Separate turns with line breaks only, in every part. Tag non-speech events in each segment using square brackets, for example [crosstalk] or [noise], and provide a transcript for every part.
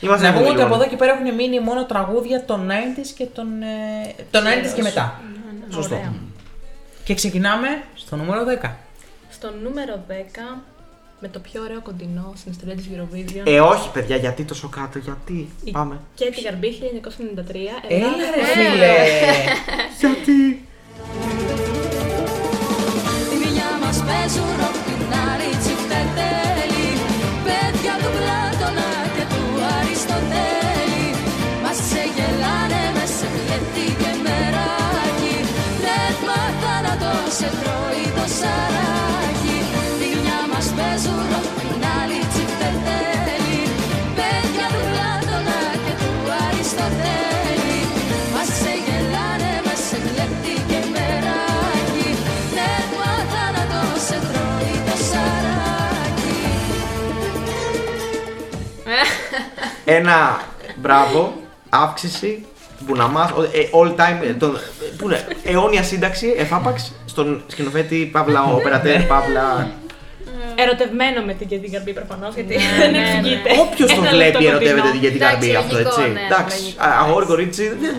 Είμαστε
Να πούμε ότι
λίγο.
από εδώ και πέρα έχουν μείνει μόνο τραγούδια των 90s και των. ε, των 90s και μετά.
Σωστό.
Ωραία.
Και ξεκινάμε στο νούμερο 10.
Στο νούμερο 10, με το πιο ωραίο κοντινό στην ιστορία της Eurovision,
Ε, όχι, παιδιά, γιατί τόσο κάτω, γιατί.
η
Πάμε.
Κέτι Γαρμπή 1993.
Έλα ρε
ε,
φίλε!
Γιατί.
Τη μια μας παίζουν ροκινάρι τσιφτετέλη Παιδιά του Πλάτωνα και του Αριστοτέλη Μας ξεγελάνε με σε φλέτη και μεράκι Πνεύμα θάνατο σε τρώει το σαράκι Τη μια μας παίζουν ροκινάρι τσιφτετέλη Παιδιά του Πλάτωνα και του Αριστοτέλη Μας ξεγελάνε με σε φλέτη και μεράκι Πνεύμα θάνατο σε τρώει το σαράκι
Ένα μπράβο, αύξηση που να μας, ο- ε, all time, ε, τον, πού είναι, αιώνια σύνταξη, εφάπαξ, στον σκηνοθέτη Παύλα, ο οπερατέρ Παύλα.
Ε, Ερωτευμένο με την Κέτι Γαρμπή προφανώς, γιατί δεν εξηγείται.
Όποιος τον
Ένα
βλέπει
λεπτό
ερωτεύεται την
κοντινό.
Κέτι
Εντάξει,
Καρμπή αυτό,
λογικό,
έτσι.
ναι,
Εντάξει,
λογικό.
α- αγόρι κορίτσι, δεν-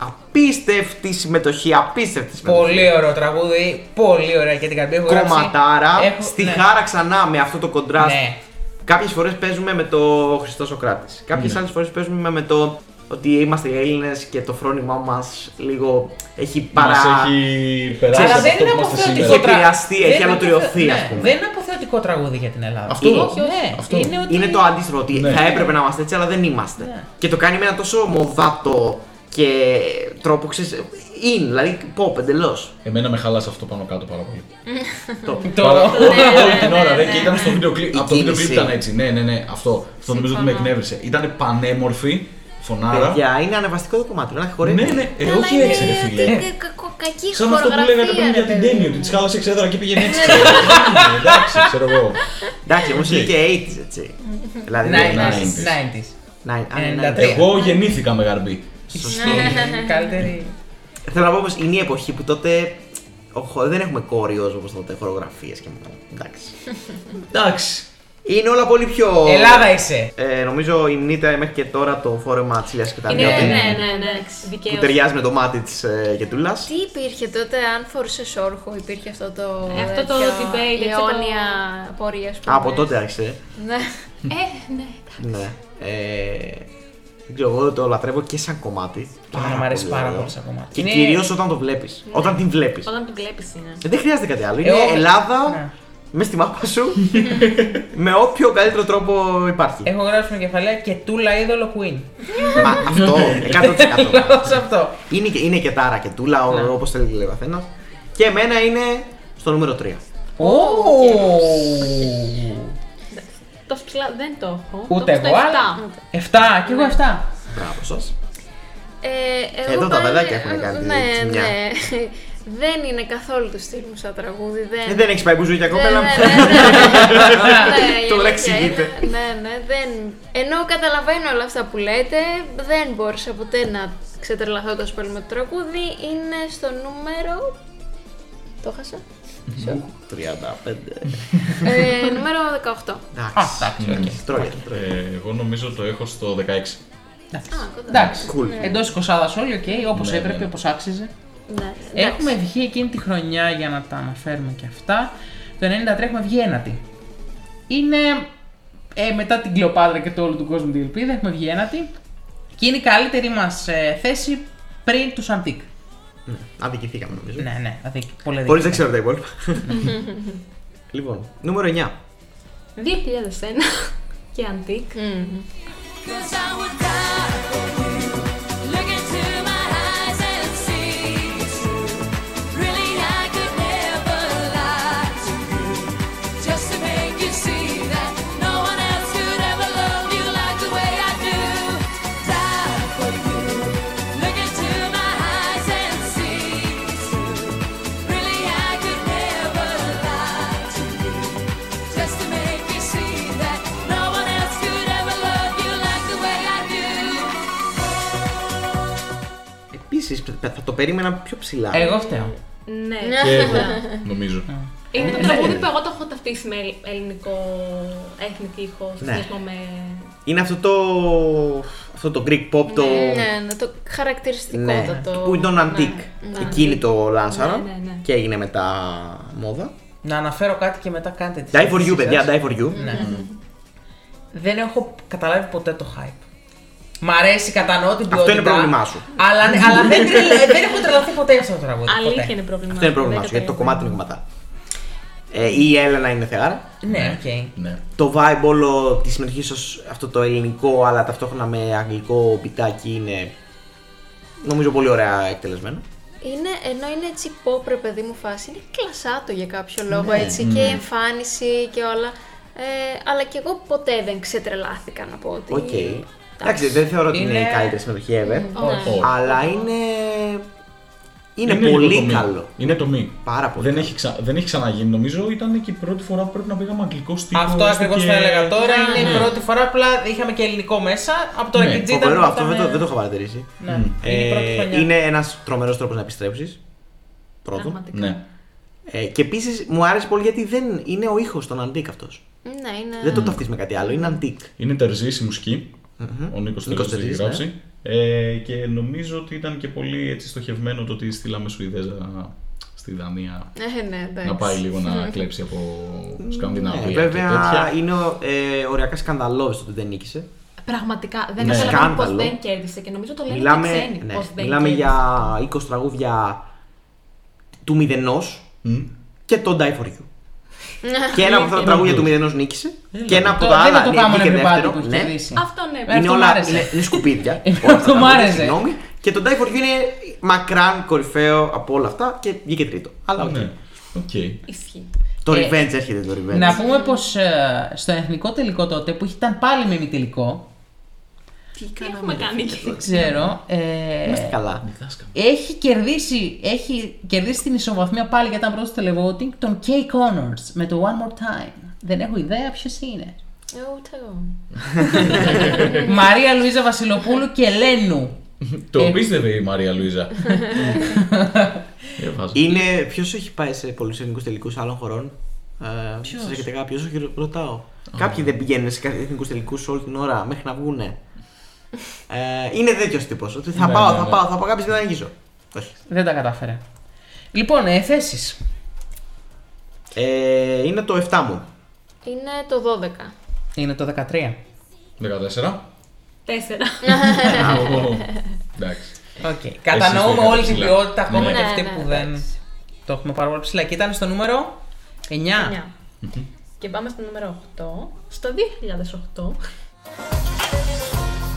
απίστευτη συμμετοχή, απίστευτη συμμετοχή.
Πολύ ωραίο τραγούδι, πολύ ωραία και την καρδιά έχω γράψει.
Κομματάρα,
Έχω-
στη
ναι.
χάρα ξανά με αυτό το κοντράστ.
Ναι.
Κάποιες φορές παίζουμε με το Χριστό Σοκράτης. Κάποιες
Ναι.
άλλες φορές παίζουμε με το ότι είμαστε Έλληνες και το φρόνημά μας λίγο έχει παρά.
Μας έχει περάσει
Ξέρεις,
Αλλά
από
δεν
αυτό
είναι
που είμαστε
αποθεωτικό
σήμερα.
τραγούδι.
τραγούδι.
Έχει επηρεαστεί, έχει ανατριωθεί, ας πούμε.
ναι, Δεν είναι αποθεωτικό τραγούδι για την Ελλάδα.
Αυτό,
Είναι-
όχι, όχι,
ναι,
αυτό.
Είναι, ότι...
Είναι το αντίστροφο ότι
Ναι.
θα έπρεπε να είμαστε έτσι, αλλά δεν είμαστε.
Ναι.
Και το κάνει με ένα τόσο μοδάτο και τρόπο, ξέρεις, in, δηλαδή pop εντελώς.
[laughs]
Εμένα με χαλάσε αυτό πάνω κάτω πάρα πολύ.
το...
Το... Ναι,
Πάρα- Όλη την ώρα, ρε, και ήταν στο βίντεο
Η
κλιπ. Από το βίντεο
κίνηση.
κλιπ ήταν έτσι. Ναι, ναι, ναι, αυτό. Αυτό νομίζω ότι με εκνεύρισε. Ήταν πανέμορφη, φωνάρα.
Παιδιά, είναι ανεβαστικό το κομμάτι, να χορεύει.
Ναι, ναι,
Καλά,
εγώ και
είναι
έξι, ρε φίλε.
κα- κα- κα- Κακή
Σαν αυτό που
χορογραφία,
λέγατε πριν
ρε
για την
παιδί
Τέμι,
μου.
ότι τη χάλασε εξέδρα και πήγαινε έτσι. ξέρω εγώ. Ναι, Εντάξει, ξέρω εγώ.
Εντάξει, όμως
Οκ.
είναι και 80s, έτσι. δηλαδή,
Ναι, ναι,
90s.
90s.
ναι, ναι, ναι, ναι, ναι.
93.
Εγώ γεννήθηκα με γαρμπή.
Σωστό.
Είναι Ναι, Καλύτερη.
Θέλω να πω όμω είναι η εποχή που τότε ο χο- δεν έχουμε κόριο όπως τότε χορογραφίες και μετά. Εντάξει.
Εντάξει.
Είναι όλα πολύ πιο.
Ελλάδα είσαι.
Ε, νομίζω υμνείται μέχρι και τώρα το φόρεμα της Λία και τα
Ναι,
Νιώτη,
Ναι,
ναι,
ναι,
ναι, ναι.
Που
Δικαίως.
ταιριάζει με το μάτι της ε, Γετούλα.
Τι υπήρχε τότε, αν φορούσες όρχο, υπήρχε αυτό το.
Ε, αυτό το
τέτοιο
debate, έτσι,
αιώνια πορεία, ας πούμε.
Από τότε άρχισε.
Ναι. Ε, ναι.
Ναι. Ε, δεν ξέρω, εγώ το λατρεύω και σαν κομμάτι.
Πάρα μ' αρέσει πάρα
ωραίο.
πολύ σαν κομμάτι.
Και
Είναι-
κυρίως όταν το βλέπεις. Όταν την βλέπεις.
Ναι. Όταν την βλέπεις είναι.
Δεν χρειάζεται κάτι άλλο. Είναι
Εγώ-
Ελλάδα.
Ναι.
Μες στη μάπα σου.
[laughs]
με όποιο καλύτερο τρόπο υπάρχει.
Έχω γράψει με κεφαλαία και τούλα είδωλο Queen.
Μα αυτό 100%.
Λόγω σε αυτό.
Είναι και, είναι και τάρα και τούλα,
Ναι.
όπως θέλει λέει ο καθένας. Και εμένα είναι στο νούμερο 3.
Τόσο ψηλά δεν το έχω.
Ούτε
το έχω
εγώ,
στο
αλλά.
7.
7, κι εγώ 7.
Μπράβο σας.
Ε, εγώ
Εδώ τα
πάλι-
παιδάκια έχουν κάνει τη
Ναι,
ζημιά.
[laughs]
ναι. Δεν είναι καθόλου του στυλ μου σαν τραγούδι. Δεν,
Ε, δεν έχεις πάει μπουζούκια κοπέλα. μου.
Ναι, ναι, ναι, ναι,
[laughs] Το
η αλήθεια
εξηγείτε.
είναι- Ναι, ναι, δεν. Ενώ καταλαβαίνω όλα αυτά που λέτε, δεν μπόρεσα ποτέ να ξετρελαθώ τόσο πολύ με το τραγούδι. Είναι στο νούμερο. Το χάσα.
35.
Ε, νούμερο 18.
Α,
Εντάξει.
εντάξει, οκ.
Τρώγε. τρώγε.
Ε, Εγώ νομίζω το έχω στο 16.
Α, κοντά.
Εντάξει.
Cool.
Εντό 20 όλοι, οκ, όπως
Ναι,
έπρεπε,
ναι.
όπως άξιζε.
Ναι, εντάξει.
Έχουμε βγει εκείνη τη χρονιά για να τα αναφέρουμε και αυτά. Το 93 έχουμε βγει ένατη. Είναι ε, μετά την Κλεοπάτρα και το όλο του κόσμου την Ελπίδα, έχουμε βγει ένατη. Και είναι η καλύτερη μας θέση πριν τους Σαντίκ.
Ναι, Αδικηθήκαμε νομίζω.
Ναι, ναι, δηλαδή πολύ δίκιο.
Πολύ δεν ξέρω τα
[laughs]
υπόλοιπα. Λοιπόν, νούμερο 9.
2001 και Αντίκ.
Μμμ.
'Cause I would die for you. Look into my eyes and see true. Really, I could never lie to you. Just to make you see that no one else could ever love you like the way I do. Die for you. Look into my eyes and see true. Really, I could never lie to you. Just to make you see that no one else could ever love you like the way I do.
Επίση θα το περίμενα πιο ψηλά.
Εγώ φταίω.
Ναι.
Και εγώ, νομίζω.
Είναι
Ναι,
το
ναι.
τραγούδι που εγώ το έχω ταυτίσει με ελ- ελληνικό έθνικο ήχο σε
Ναι.
σχέση με.
Είναι αυτό το. αυτό το Greek pop το.
Ναι, ναι, το χαρακτηριστικότατο.
που είναι το Antique.
Ναι, ναι.
Εκείνη το λάνσαρα
Ναι, ναι, ναι.
και έγινε μετά μόδα.
Να αναφέρω κάτι και μετά κάντε τη.
Die for you, παιδιά, die for you.
Ναι. Δεν έχω καταλάβει ποτέ το hype. Μ' αρέσει, κατανοώ την
Αυτό
ποιότητα.
είναι πρόβλημά σου.
Αλλά, ναι, αλλά δεν, τρελα- ε, δεν έχω τρελαθεί ποτέ για αυτό το τραγούδι.
Αλήθεια
ποτέ.
είναι πρόβλημα.
Αυτό είναι πρόβλημά σου,
Ναι,
γιατί
ναι.
το κομμάτι είναι κομματά. Ε, η Έλενα είναι θεάρα.
Ναι, οκ.
Ναι.
Το vibe όλο της συμμετοχής ως αυτό το ελληνικό, αλλά ταυτόχρονα με αγγλικό πιτάκι είναι. Νομίζω πολύ ωραία εκτελεσμένο.
Είναι, ενώ είναι έτσι pop, ρε παιδί μου, φάση, είναι κλασάτο για κάποιο
Ναι,
λόγο έτσι και η εμφάνιση και όλα. Ε, αλλά και εγώ ποτέ δεν ξετρελάθηκα να πω ότι.
Οκ. Εντάξει, δεν θεωρώ ότι είναι η
Είναι-
καλύτερη συμμετοχή ever.
ναι.
Όχι.
Αλλά είναι. Είναι,
λίγο το
πολύ
μη.
καλό.
Είναι το μη.
Πάρα πολύ.
Δεν
καλό.
έχει, ξα... δεν έχει ξαναγίνει. Νομίζω ήταν και η πρώτη φορά που πρέπει να πήγαμε αγγλικό στίχο.
Αυτό
έστω
ακριβώς
και-
το έλεγα τώρα.
Ναι,
είναι η
ναι.
πρώτη φορά. Απλά είχαμε και ελληνικό μέσα. Από το
Ναι,
Ρακιτζή ήταν.
Φοβερό
που
αυτό, δεν το,
φτάμε-
δεν το είχα παρατηρήσει.
Ναι,
Ε,
είναι η πρώτη χρονιά.
είναι ένας τρομερός τρόπος να επιστρέψεις. Πρώτον.
Πραγματικά.
Ναι.
Ε, και επίσης μου άρεσε πολύ γιατί δεν είναι ο ήχος των αντίκ αυτός.
Ναι,
Ε.
είναι.
Δεν το ταυτίζει με κάτι άλλο, είναι αντίκ.
Είναι τερζή η μουσικη Ο Νίκος
Νίκος ναι.
Τερζή έχει
Τερζής,
γράψει. Ε, και νομίζω ότι ήταν και πολύ έτσι, στοχευμένο το ότι στείλαμε Σουηδέζα στη Δανία.
Ε, ναι, εντάξει.
Να πάει λίγο να κλέψει από Σκανδιναβία.
Ναι,
και
βέβαια
τέτοια.
είναι ο- ε, οριακά σκανδαλώδη το ότι δεν νίκησε.
Πραγματικά δεν
Ναι.
καταλαβαίνω πώς
Σκάνδαλο.
δεν κέρδισε και νομίζω το λένε
Μιλάμε,
και ξένοι
ναι,
πως δεν
μιλάμε
κέρδισε.
για 20 τραγούδια του μηδενός
Μμ.
και το Die for You.
Ναι.
και ένα από αυτά τα
Έλα,
τραγούδια
του.
του μηδενός νίκησε. και ένα από
Το-
τα
Ε, δεν
άλλα
είναι το κάμουνε
βγήκε
με πάτη
δεύτερο.
που έχει
ναι.
κερδίσει.
Αυτό ναι.
Ε,
Είναι
αυτό μ'
όλα
άρεσε.
είναι, είναι σκουπίδια.
[laughs] Ε,
όλα αυτά
αυτό
τα
μ'
τραγούδια,
άρεσε.
Συγγνώμη. Και το Die for You είναι μακράν κορυφαίο από όλα αυτά και βγήκε τρίτο. Αλλά οκ.
Ναι. Οκ.
Ισχύει.
Το
Ε,
Revenge έρχεται το Revenge.
Να πούμε πως στο εθνικό τελικό τότε που ήταν πάλι με μη τελικό.
Τι έχουμε κάνει και.
Δεν ξέρω. ε,
Είμαστε καλά.
Διδάσκαμε.
Έχει κερδίσει, έχει κερδίσει την ισοβαθμία πάλι γιατί ήταν πρώτος στο televoting τον Kay Connors με το One More Time. Δεν έχω ιδέα ποιος [laughs] είναι.
Ε, Ούτε εγώ.
Μαρία Λουίζα Βασιλοπούλου και Λένου.
Το πίστευε η Μαρία Λουίζα. Ε, Διαβάζω.
Είναι. Ποιος έχει πάει σε πολλούς ελληνικού τελικούς άλλων χωρών. Ε, Σα έχετε κάποιος, όχι, ρωτάω. Κάποιοι δεν πηγαίνουν σε εθνικούς τελικούς όλη την ώρα μέχρι να βγουν. Ε, είναι τέτοιο τύπος. Ότι θα
Ναι,
πάω,
ναι,
θα
ναι.
πάω, θα πάω κάποιες και θα αγγίζω. Όχι.
Δεν τα κατάφερε. Λοιπόν, ε, θέσεις.
Ε, είναι το 7 μου.
Είναι το 12.
Είναι το 13.
14.
Τέσσερα.
Ναι.
Ω, Εντάξει.
Οκ. Κατανοούμε
είστε
όλη την
ψηλά.
ποιότητα ακόμα
Ναι.
και
Ναι,
αυτή
ναι,
που δεν το έχουμε πάρα πολύ ψηλά. Και ήταν στο νούμερο 9.
Μια. Και πάμε στο νούμερο 8. Στο 2008.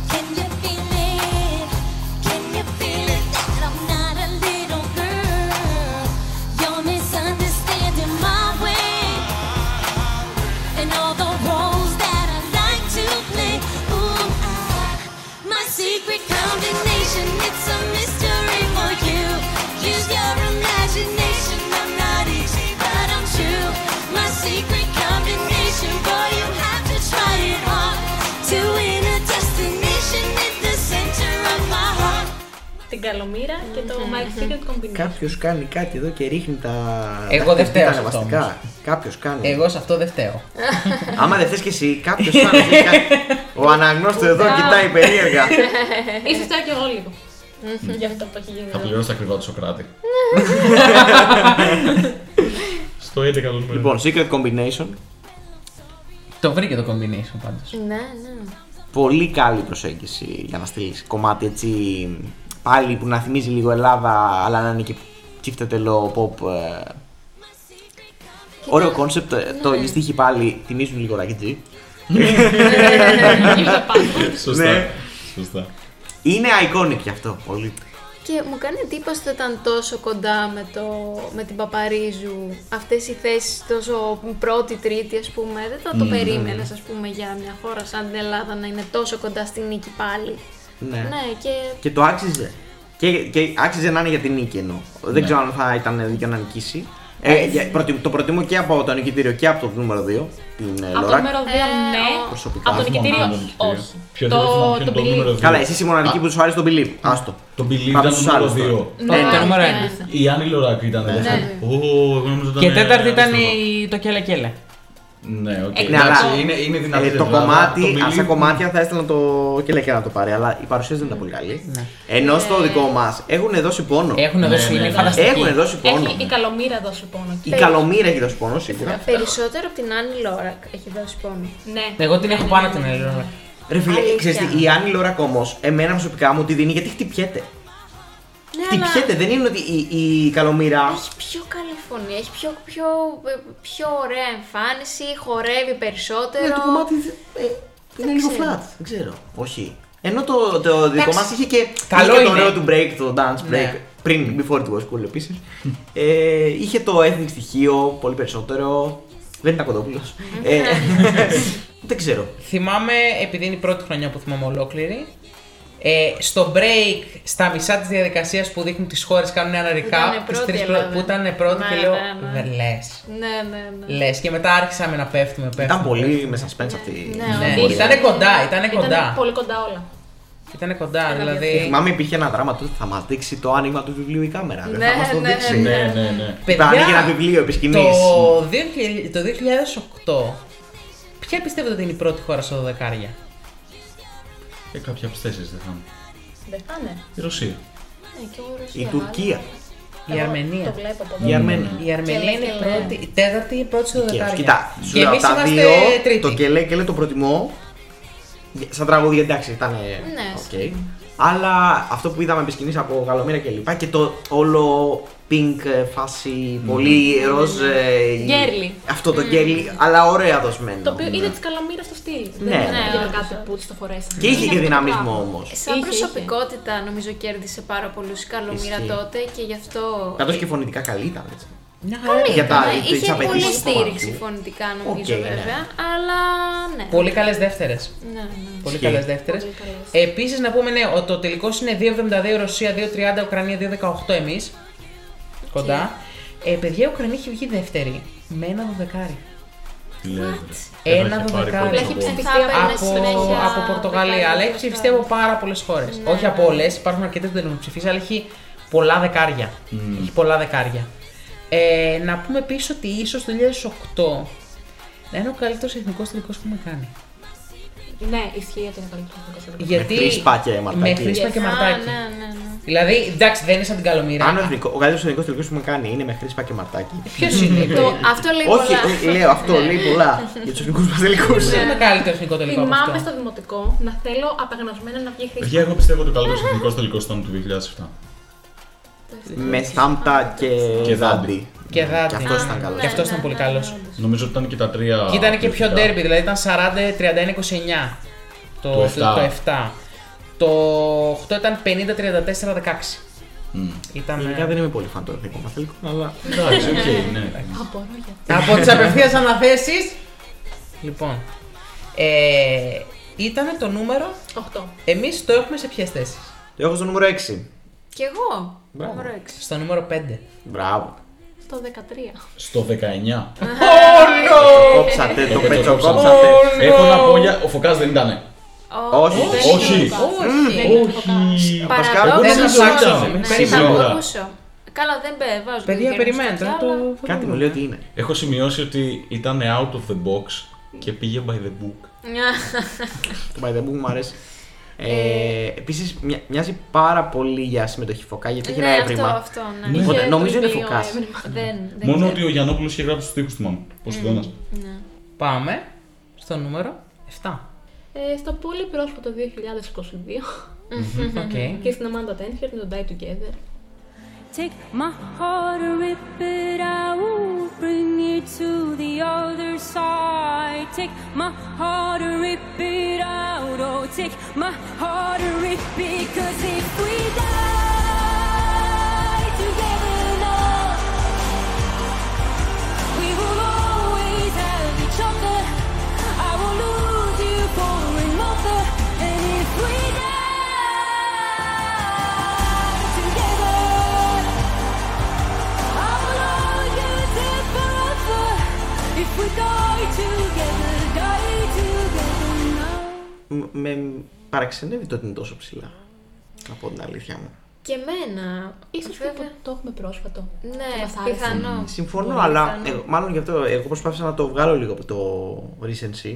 Can you feel it? Can you feel it that I'm not a little girl? You're misunderstanding my way and all the roles that I like to play. Ooh, ah, my secret combination, it's a mystery for you. Use your imagination, I'm not easy, but I'm true. My secret combination, boy, you have to try it hard to win a destination in the center of my heart.
Την Καλομήρα και το My Secret Combination.
Κάποιος κάνει κάτι εδώ και ρίχνει τα.
Εγώ
τα-
δεν φταίω
τα
σε αυτό
ανεβαστικά.
όμως.
Κάποιος κάνει.
Εγώ σε αυτό δεν φταίω.
Άμα δεν θες κι εσύ, κάποιος
[laughs]
κάνει. Ο αναγνώστο εδώ κοιτάει περίεργα.
Ίσως τώρα και εγώ λίγο. Γι' αυτό που έχει γίνει.
Θα πληρώσω τα ακριβά του
[laughs]
Σοκράτη. Στο 11 το νούμερο.
λοιπόν, secret combination.
το βρήκε το combination πάντως.
Ναι, ναι.
πολύ καλή προσέγγιση για να στείλεις κομμάτι έτσι πάλι που να θυμίζει λίγο Ελλάδα αλλά να είναι και τσιφτετελό pop. ε. Ωραίο κόνσεπτ, το οι στίχοι πάλι θυμίζουν λίγο ρακιτζή.
Γύρω πάνω.
Σωστά.
Ναι.
Σωστά.
Είναι iconic γι' αυτό πολύ.
Και μου κάνει εντύπωση ότι ήταν τόσο κοντά με, το, με την Παπαρίζου. Αυτές οι θέσεις, τόσο πρώτη-τρίτη, ας πούμε, δεν
Ναι,
θα το περίμενες, ας πούμε, για μια χώρα σαν την Ελλάδα να είναι τόσο κοντά στη νίκη πάλι.
Ναι.
Ναι, και.
Και
Ναι.
το άξιζε. Και, και άξιζε να είναι για την νίκη εννοώ. Δεν ξέρω αν θα ήταν δίκαιο να νικήσει. Ε, για- προτι- το προτιμώ και από το νικητήριο και από το νούμερο 2. Την ε,
Από το
Λοράκ.
νούμερο 2,
Ε, ο-
ναι.
Προσωπικά.
Από το
Θυμάμαι
νικητήριο,
τον νικητήριο.
όχι.
Ποιο δεν θυμάμαι, ποιο
Το
είναι
τον
το νούμερο
Believe.
δύο.
Καλά, εσύ είσαι η μοναδική που σου άρεσε τον Believe. Άστο.
Το Believe
Πάμε
ήταν το
στους
νούμερο
άλλους τώρα.
2.
Ναι, το νούμερο
ναι.
1.
Η Άννη Λοράκ ήταν δεύτερη. Ω,
Ναι.
εγώ νόμιζα ήταν.
Και
ε,
τέταρτη ήταν
αντίστροφα.
η... το κέλα κέλα.
Ναι, οκ.
Ε,
Ναι,
Εντάξει,
αλλά-
είναι, είναι δυνατή.
Ε, το
Ελλάδα.
κομμάτι,
Το
αν σε
Believe-
κομμάτια θα έστελνα το και λέει και να το πάρει, αλλά η παρουσίαση δεν ήταν πολύ καλή.
Ναι. Ε,
Ενώ στο δικό μας έχουν δώσει πόνο.
Έχουν δώσει,
ναι,
είναι
ναι.
φανταστική.
Έχουν δώσει πόνο. ναι.
Έχει η καλομήρα δώσει πόνο.
Η καλομήρα έχει δώσει πόνο σίγουρα.
Περισσότερο από την Άννη Λόρακ έχει δώσει πόνο.
Ναι.
Εγώ την έχω πάνω την ε, Ελλάδα.
Ρε φίλε,
Αλήθεια.
ξέρεις τι, η Άννη Λόρακ όμως, εμένα προσωπικά μου τη δίνει γιατί χτυπιέται.
Ναι,
Χτυπιέται, δεν είναι ότι η, η καλομήρα.
Έχει πιο καλή φωνή, έχει πιο, πιο, ε, πιο ωραία εμφάνιση, χορεύει περισσότερο.
Ναι, το κομμάτι ε, είναι λίγο
ξέρω.
flat. Δεν ξέρω. Όχι. Ενώ το, το δικό
Εντάξει.
μας είχε και,
Καλό
είχε και το
είναι.
ωραίο του break, το dance break.
Ναι.
Πριν, before it was cool επίσης.
Hm.
ε, είχε το ethnic στοιχείο πολύ περισσότερο. Δεν ήταν κοντόπουλος. ε,
Ναι.
[laughs] δεν ξέρω.
Θυμάμαι, επειδή είναι η πρώτη χρονιά που θυμάμαι ολόκληρη, ε, στο break, στα μισά της διαδικασίας που δείχνουν τις χώρες κάνουν ένα
Ήτανε
recap, τις
πρώτη
τρεις
Ελλάδα.
πρώτες που ήταν πρώτη και
Ναι,
λέω
ναι, ναι.
δεν λες.
Ναι, ναι, ναι.
Λες και μετά άρχισαμε να πέφτουμε, πέφτουμε.
Ήταν πολύ με suspense αυτή.
Ναι,
Ναι,
πολύ.
ήτανε κοντά, ήτανε
Ήταν
κοντά.
πολύ κοντά όλα.
Ήτανε κοντά, δηλαδή.
Ε, Θυμάμαι υπήρχε ένα δράμα τότε θα μας δείξει το άνοιγμα του βιβλίου η κάμερα. δεν θα
Ναι,
μας το
ναι, ναι,
δείξει.
Ναι, ναι, ναι.
Θα ανοίγει ένα βιβλίο επί
Το,
σκηνής.
2000 το 2008, ποια πιστεύετε ότι είναι η πρώτη χώρα στα δωδεκάρια.
Ε, κάποια από τις τέσσερις δεν θα είναι.
Δεν θα είναι.
Η Ρωσία.
Ναι, και εγώ
Η
Ρωσία,
Τουρκία.
Η
Εγώ
Αρμενία.
Το βλέπω από εδώ.
Η
Ναι,
Αρμενία.
Η Αρμενία είναι η
Κελέ.
πρώτη, η τέταρτη, η πρώτη στο
Κέρας.
δεκάρι.
Κοιτά, σου
και
λέω
εμείς
τα
είμαστε
δύο.
τρίτη.
Το κελέ κελέ το προτιμώ. Για- Σαν τραγούδι, εντάξει, ήταν. ε,
Ναι,
οκ. Αλλά αυτό που είδαμε επί σκηνής από Γαλομήρα και λοιπά και το όλο pink ε, φάση,
Mm.
πολύ ροζ. ε,
Γκέρλι.
Αυτό το γκέρλι, αλλά ωραία δοσμένο.
Το οποίο είναι τη καλομήρα στο στυλ.
Ναι.
Δεν
Ναι,
είναι κάτι που τη το φορέσανε.
Και είχε
Είναι
και
αυτό το
δυναμισμό
πράγμα.
όμως.
Σαν
Είχε,
προσωπικότητα νομίζω κέρδισε πάρα πολλούς η Καλομήρα
Ισχύει.
τότε και γι' αυτό.
Κατός και φωνητικά καλή ήταν έτσι.
Μια χαρά. είναι.
για τα-
Ναι,
τις
είχε
απαιτήσεις
πολύ
του
στήριξη
κομματιού.
φωνητικά νομίζω
Οκ, ναι.
βέβαια, αλλά ναι.
Πολύ καλές δεύτερες.
Ναι, ναι.
Πολύ
Ισχύει.
καλέ δεύτερες.
Πολύ καλές.
Επίσης, να πούμε ναι, ότι το τελικό είναι 2,72 Ρωσία, 2,30 Ουκρανία, 2,18 εμείς. Κοντά. Ε, παιδιά, η Ουκρανία έχει βγει δεύτερη με ένα δωδεκάρι.
Τι λέει, ρε.
Ένα
Εδώ έχει πάρει
δωδεκάρι.
πολύ
Έχει
από-
ψηφιστεί
Από-
απέναντι
από,
στην συνέχεια
από Πορτογαλία, αλλά έχει ψηφιστεί από πάρα πολλές χώρες. Όχι από όλες, υπάρχουν αρκετές που δεν έχουν ψηφίσει, αλλά έχει πολλά δεκάρια. Έχει πολλά δεκάρια. Ε, να πούμε επίση ότι ίσω το 2008 να είναι ο καλύτερος εθνικός τελικό που έχουμε κάνει.
Ναι, ισχύει ότι είναι καλύτερο.
Γιατί
Χρήσπα και Μαρτάκη.
Με χρήσπα και
Α,
μαρτάκι.
ναι, ναι, ναι.
Δηλαδή, εντάξει, δεν είναι σαν την
Αν ο,
καλομήρα.
εθνικό- ο καλύτερος εθνικός τελικό που έχουμε κάνει είναι με χρήσπα και μαρτάκι.
Ποιος
[laughs]
είναι.
Το, αυτό λέει
Ε, Όχι, ε,
πολλά.
λέω αυτό, λέει πολλά για τους εθνικούς μας τελικούς.
Ποιος είναι το καλύτερος εθνικός τελικός από
Θυμάμαι
αυτό.
στο δημοτικό να θέλω απεγνωσμένα να βγει χρήση.
Παιδιά, Ε, εγώ πιστεύω ότι ο καλύτερος εθνικός τελικός ήταν του 2007.
Με Σάμπτα και,
Και
Δάντι.
Και
Και
δάτη.
αυτός ήταν καλός.
Και αυτός ήταν πολύ καλός.
Νομίζω ότι ήταν και τα τρία.
Και ήταν και πιο
τελικά.
ντέρμπι, δηλαδή ήταν 40-31-29 το,
Το
το,
7.
7. Το 8 ήταν 50-34-16.
Μμ.
Ήταν. ε,
Γενικά δεν είμαι πολύ φαν των εθνικών μας τελικών, αλλά.
Εντάξει, οκ, ναι.
Απορώ γιατί.
Από τις απευθείας αναθέσεις. Λοιπόν. Ε, ήταν το νούμερο.
8.
Εμείς το έχουμε σε ποιες θέσεις.
Το έχω στο νούμερο 6.
Κι εγώ.
Μπράβο.
Νούμερο έξι.
Στο νούμερο 5.
Μπράβο.
Στο 13.
Στο Ε, 19.
Κόψατε, το πετσοκόψατε.
Oh, no.
Έχω να πω για. Ο Φωκάς δεν ήταν.
Όχι.
δεν
Όχι.
είναι το είπα.
Όχι.
Παρακαλώ,
Παραδόξως,
δεν
θα
όχι.
ψάξω.
Ναι,
Σίγουρα.
Θα το ακούσω. Καλά, δεν πέ, βάζω.
Παιδιά,
το χέρι μου στο
περιμένετε. να
αυτιά, αλλά-
το-
Κάτι μου λέει ότι είναι.
Έχω σημειώσει ότι ήταν out of the box και πήγε by the book.
Μια-
Το by the book μου αρέσει. Ε, Επίσης, μοιάζει πάρα πολύ για συμμετοχή φωκά γιατί έχει ένα
Ναι, αυτό,
έβριμα.
αυτό, ναι.
Ναι.
Οπότε,
Είχε
νομίζω
το
είναι
δύο
φωκάς.
έβριμα.
Δεν, δεν
Μόνο
ξέρω.
ότι ο Γιανόπουλο είχε γράψει τους τοίχου του μάλλον. Ποσειδώνα.
Πάμε στο νούμερο 7.
Ε, Στο πολύ πρόσφατο 2022.
Ναι.
Οκ.
Και στην Amanda Tenfield με τον Die Together.
Take my heart and rip it out. Bring it to the other side. Take my heart and rip it out. Oh, take my heart and rip it. Cause if we die together now, we will always have each other. I will lose you for another. And if we die together, I will hold you
παραξενεύει το ότι είναι τόσο ψηλά. Να πω την αλήθεια μου.
Και εμένα.
Ίσως
βέβαια.
που το έχουμε πρόσφατο. Και
Ναι,
μας άρεσε.
πιθανό.
Συμφωνώ,
Πολύ
αλλά
πιθανό.
εγώ- μάλλον γι' αυτό εγώ προσπάθησα να το βγάλω λίγο από το recency.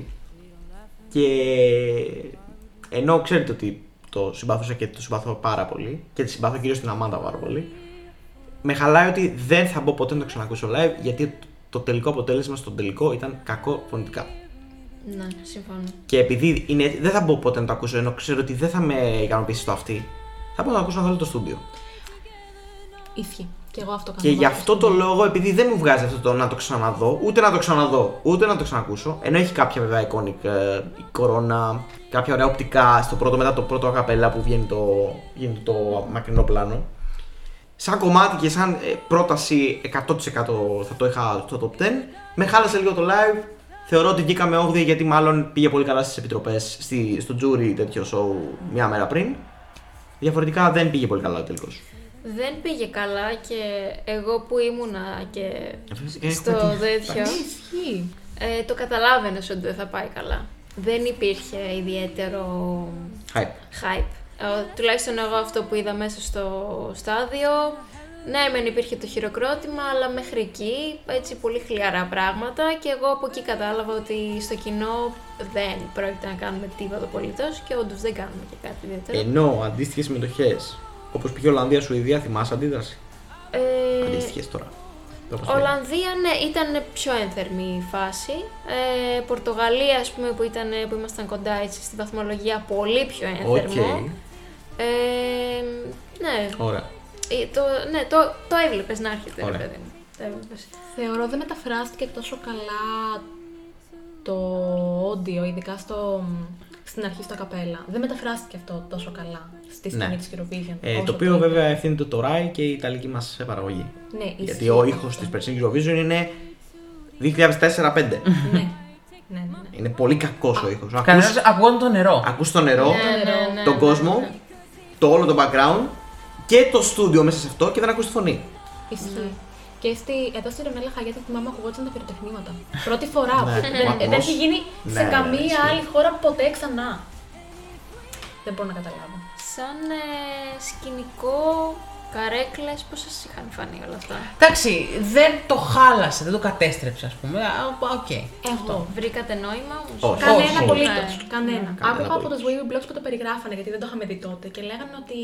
Και ενώ ξέρετε ότι το συμπάθωσα και το συμπάθω πάρα πολύ και τη συμπάθω κυρίως την Αμάντα πάρα πολύ, με χαλάει ότι δεν θα μπω ποτέ να το ξανακούσω live γιατί το τελικό αποτέλεσμα στον τελικό ήταν κακό φωνητικά.
Ναι, συμφωνώ.
Και επειδή είναι, έτσι, δεν θα μπω ποτέ να το ακούσω ενώ ξέρω ότι δεν θα με ικανοποιήσει το αυτή, θα πάω να το ακούσω να δω το στούντιο.
Ισχύει. Και εγώ αυτό κάνω.
Και γι'
βάζω
αυτό το
στο-
λόγο, επειδή δεν μου βγάζει αυτό το να το ξαναδώ, ούτε να το ξαναδώ, ούτε να το ξανακούσω, ενώ έχει κάποια βέβαια iconic ε, η κορώνα, κάποια ωραία οπτικά στο πρώτο μετά το πρώτο ακαπέλα που βγαίνει το, γίνεται το μακρινό πλάνο. Σαν κομμάτι και σαν ε, πρόταση 100% θα το είχα στο top 10. Με χάλασε λίγο το live. Θεωρώ ότι βγήκαμε 8 γιατί μάλλον πήγε πολύ καλά στις επιτροπές, στη, στο jury τέτοιο show μια μέρα πριν. Διαφορετικά δεν πήγε πολύ καλά ο τελικός.
Δεν πήγε καλά και εγώ που ήμουνα και
Ε, έχουμε
στο
τι-
τέτοιο,
Ναι, ισχύει.
ε, το καταλάβαινες ότι δεν θα πάει καλά. Δεν υπήρχε ιδιαίτερο
Hype.
hype. Ε, τουλάχιστον εγώ αυτό που είδα μέσα στο στάδιο. Ναι, μεν υπήρχε το χειροκρότημα, αλλά μέχρι εκεί έτσι πολύ χλιαρά πράγματα και εγώ από εκεί κατάλαβα ότι στο κοινό δεν πρόκειται να κάνουμε τίποτα απολύτως και όντως δεν κάνουμε και κάτι ιδιαίτερο.
Ενώ αντίστοιχες συμμετοχές, όπως πήγε Ολλανδία-Σουηδία, θυμάσαι αντίδραση.
Ε,
Αντίστοιχες τώρα. Το όπως πήγε.
Ολλανδία, ναι, ήταν πιο ένθερμη η φάση. Ε, Πορτογαλία, ας πούμε, που, ήταν, που ήμασταν κοντά έτσι στη βαθμολογία, πολύ πιο ένθερμο.
Οκ.
Ε, ναι,
Ωραία.
Ε, το, ναι, το, το έβλεπες να έρχεται, ρε
Ωραία.
παιδί μου. Το έβλεπες.
Θεωρώ δεν μεταφράστηκε τόσο καλά το όντιο, ειδικά στο, στην αρχή στο καπέλα. Δεν μεταφράστηκε αυτό τόσο καλά στη σκηνή
Ναι.
της Eurovision.
Ε,
όσο
το οποίο
είπε.
βέβαια ευθύνεται το Rai και η Ιταλική μας παραγωγή.
Ναι,
Γιατί
ισχύει
ο
αυτό.
ήχος της περσινής Eurovision είναι 2004-5.
Ναι, ναι, ναι. ναι.
είναι πολύ κακός ο ήχος.
Κανένας ακούγονται το νερό.
Ακούς το νερό,
Ναι, ναι, ναι,
τον
ναι,
κόσμο,
ναι.
το όλο το background και το στούντιο μέσα σε αυτό και δεν ακούς τη φωνή.
Ισχύει.
Ναι.
Και στη, εδώ στη Ρενέλα Χαγιάτα θυμάμαι ακουγόταν τα πυροτεχνήματα. Πρώτη φορά.
Ναι,
δεν,
ο
δεν
ατμός.
έχει γίνει
Ναι,
σε
ναι,
καμία
ισχύει.
άλλη χώρα ποτέ ξανά. Δεν μπορώ να καταλάβω.
Σαν ε, σκηνικό, καρέκλες, πώς σας είχαν φανεί όλα αυτά.
Εντάξει, δεν το χάλασε, δεν το κατέστρεψε, ας πούμε. Α, Οκ.
Εγώ.
Βρήκατε νόημα όμως.
Όχι.
Κανένα
Όχι.
απολύτως.
Ναι.
Κανένα. Άκουγα από
απολύτως.
του Weibo blogs που το περιγράφανε γιατί δεν το είχαμε δει τότε και λέγανε ότι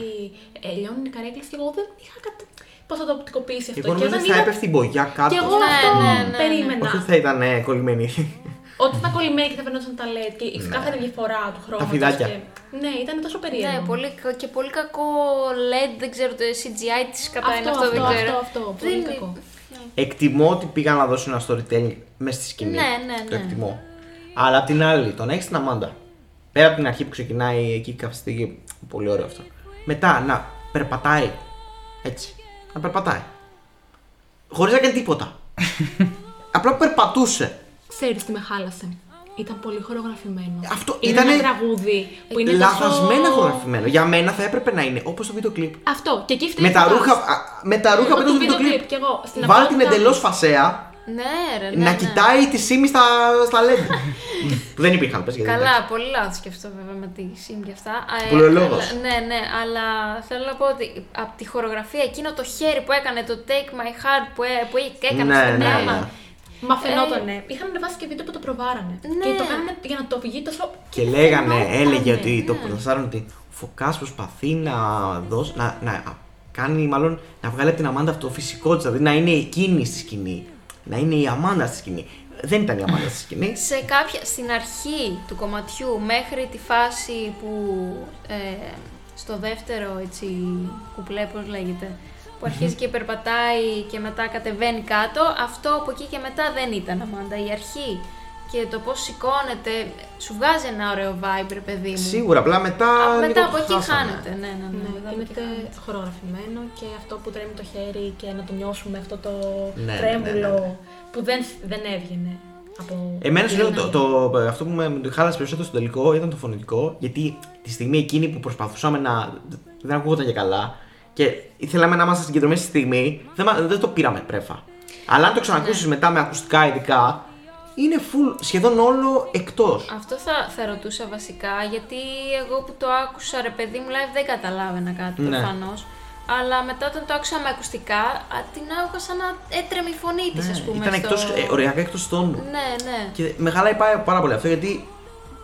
ε, λιώνουν οι καρέκλες και εγώ δεν είχα κατα... Πώς θα το οπτικοποιήσει αυτό.
Εγώ νομίζω ότι
όταν
θα
είδα-
έπεφτε η μπογιά κάτω.
Και εγώ
Ναι,
αυτό
ναι, ναι, ναι.
περίμενα.
Όχι ότι θα ήταν ε, κολλημένη.
Ότι θα κολλημένοι και θα περνούσαν τα LED και η ξεκάθαρη διαφορά του χρώματος.
Ναι. φιδάκια.
Ναι, ήταν τόσο περίεργο.
Ναι, πολύ, κα- και πολύ κακό LED, δεν ξέρω το CGI της κατά
Αυτό,
είναι
αυτό,
αυτό, δεν
αυτό,
ξέρω.
αυτό, αυτό, πολύ
Δεν-
κακό.
Εκτιμώ ότι πήγα να δώσω ένα storytelling μέσα στη σκηνή.
Ναι, ναι,
Το
ναι.
εκτιμώ. Αλλά απ' την άλλη, τον έχεις την Αμάντα. Πέρα από την αρχή που ξεκινάει εκεί καυστική. Πολύ ωραίο αυτό. Μετά να περπατάει. Έτσι. Να περπατάει. Χωρίς να κάνει τίποτα. Απλά περπατούσε.
Ξέρεις τι με χάλασε. Ήταν πολύ χορογραφημένο.
Αυτό
είναι
ήτανε
ένα τραγούδι που είναι
Λαθασμένα
τόσο-
χορογραφημένο. Για μένα θα έπρεπε να είναι όπως το βίντεο κλειπ.
Αυτό. Και εκεί φταίει.
Με τα
η φάση.
ρούχα, α, με τα ρούχα
Εγώ
πριν
το
το βίντεο
βίντεο
κλειπ.
κλιπ κι εγώ. Στην
Βάλ την
απλότητα-
εντελώς φασέα.
Ναι, ρε, ναι,
να
ναι.
κοιτάει τη Σίμη στα, στα LED.
[laughs]
που δεν υπήρχαν, πες γιατί. εντάξει.
Καλά, πολύ λάθος και αυτό βέβαια με τη ΣΥΜ και αυτά. Α, ε,
Πολυλόγος.
αλλά- Ναι, ναι, αλλά θέλω να πω ότι από τη χορογραφία εκείνο το χέρι που έκανε το Take My Heart που, έ- που έκανε
Ναι,
στον
ναι,
αίμα. ε,
ναι.
Μα φαινότανε. Είχαν Ε, ανεβάσει και βίντεο που το προβάρανε.
Ναι.
Και το κάνανε για να το βγει τόσο.
Και λέγανε,
φαινότανε.
έλεγε ότι το πρωτοσάρουν ότι ο Φωκάς προσπαθεί να δώσει, να, να κάνει μάλλον να βγάλει από την Αμάντα αυτό το φυσικό της, δηλαδή να είναι εκείνη στη σκηνή, να είναι η Αμάντα στη σκηνή. Δεν ήταν η Αμάντα στη σκηνή.
σε κάποια, στην αρχή του κομματιού μέχρι τη φάση που ε, στο δεύτερο έτσι κουπλέ πώς λέγεται που αρχίζει και περπατάει και μετά κατεβαίνει κάτω αυτό από εκεί και μετά δεν ήταν Αμάντα η αρχή και το πώς σηκώνεται σου βγάζει ένα ωραίο vibe ρε παιδί μου
Σίγουρα, απλά μετά.
Α, μετά
λίγο
από
το
εκεί
χάσαμε.
χάνεται ναι ναι ναι, μετά
Ναι,
από
γίνεται
εκεί χάνεται.
χορογραφημένο και αυτό που τρέμει το χέρι και να το νιώσουμε αυτό το
Ναι, ναι,
τρέμουλο
ναι, ναι.
που δεν, δεν έβγαινε από.
Εμένα σου λέω
Ναι.
το, το- αυτό που με, με το χάλασε περισσότερο στο τελικό ήταν το φωνητικό, γιατί τη στιγμή εκείνη που προσπαθούσαμε να. δεν ακούγονταν και καλά και ήθελαμε να είμαστε συγκεντρωμένοι
Ναι.
στη στιγμή, δεν, μα- δεν το πήραμε πρέφα. Αλλά αν το ξανακούσεις μετά με ακουστικά ειδικά, είναι full, σχεδόν όλο εκτός.
Αυτό θα, θα ρωτούσα βασικά, γιατί εγώ που το άκουσα, ρε παιδί μου, live δεν καταλάβαινα κάτι
Ναι.
προφανώς. Αλλά μετά όταν το άκουσα με ακουστικά, α, την άκουγα σαν να έτρεμε η φωνή της, ας πούμε.
Ναι, Ήταν
στο-
εκτός, ε, οριακά εκτός τόνου.
Ναι, ναι.
Και με χαλάει πάρα, πάρα πολύ αυτό γιατί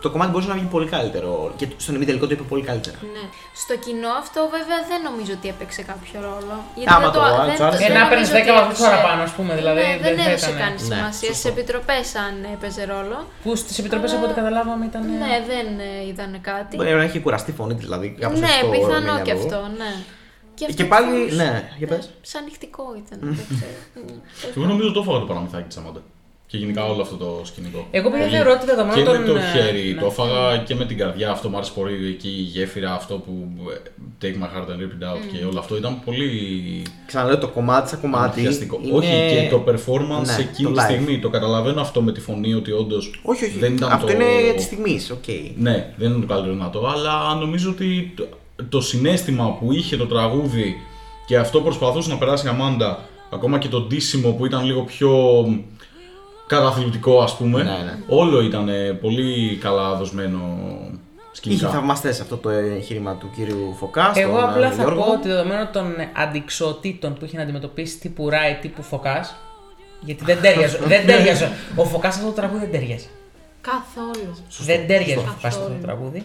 το κομμάτι μπορούσε να βγει πολύ καλύτερο. Και στον ημιτελικό το είπε πολύ καλύτερα.
Ναι.
Στο κοινό αυτό βέβαια δεν νομίζω ότι έπαιξε κάποιο ρόλο. Γιατί
Άμα
δεν
το βάλεις, άρεσε.
δεν
Ε, να
νομίζω
παίρνεις
ότι
10 βαθμούς
έπαιξε.
παραπάνω, ας πούμε, δηλαδή,
Ναι,
δεν
δεν
θα
έδωσε
ήτανε.
καν
Ναι,
σημασία στι
σωστό.
επιτροπές αν έπαιζε ρόλο.
Που στις επιτροπές από ό,τι καταλάβαμε ήταν. ε,
Ναι, δεν ε, είδαν κάτι.
Μπορεί να έχει κουραστεί η φωνή της, δηλαδή. κάπως έτσι
Ναι,
το
πιθανό
ερμηνεύω
και
εγώ.
αυτό, ναι.
Και
αυτό
πάλι,
κάπως,
ναι, για πες.
Σαν νυχτικό ήταν. δεν ξέρω. Μμ.
Εγώ νομίζω το έφαγα το παραμυθάκι της Αμάντα. Και γενικά όλο αυτό το σκηνικό.
Ναι. Εγώ παιδιά
Πολύ.
θεωρώ ότι δεδομένου
Και
των,
με το
ε,
χέρι,
ναι.
το έφαγα και με την καρδιά. Αυτό μου άρεσε πολύ εκεί η γέφυρα, αυτό που. ε, Take my heart and rip it out
Mm.
και όλο αυτό ήταν πολύ.
Ξαναλέω το κομμάτι σαν κομμάτι.
Ανθιαστικό.
είναι-
Όχι, και το performance
Ναι,
εκείνη
το
τη
live.
στιγμή. Το καταλαβαίνω αυτό με τη φωνή ότι όντως.
Όχι, όχι.
Δεν ήταν
αυτό
το...
είναι της στιγμή, οκ.
Ναι, δεν είναι το καλύτερο δυνατό, αλλά νομίζω ότι το, το συνέστημα που είχε το τραγούδι και αυτό που προσπαθούσε να περάσει η Αμάντα, ακόμα και το ντύσιμο που ήταν λίγο πιο καταθλιπτικό ας πούμε,
Ναι, ναι.
όλο ήταν ε, πολύ καλά δοσμένο
Είχε
σκηνικά.
θαυμαστές αυτό το εγχείρημα του κύριου Φωκά.
Εγώ
στον,
απλά
ε,
θα
Γιώργο.
πω ότι δεδομένου των αντικσοτήτων που είχε να αντιμετωπίσει τύπου Ράι, τύπου Φωκάς. Γιατί δεν τέριαζε. δεν τέριαζε. Ο Φωκάς αυτό το τραγούδι δεν τέριαζε.
Καθόλου.
δεν τέριαζε ο Φωκάς αυτό το
Καθόλου.
τραγούδι.
τραγούδι.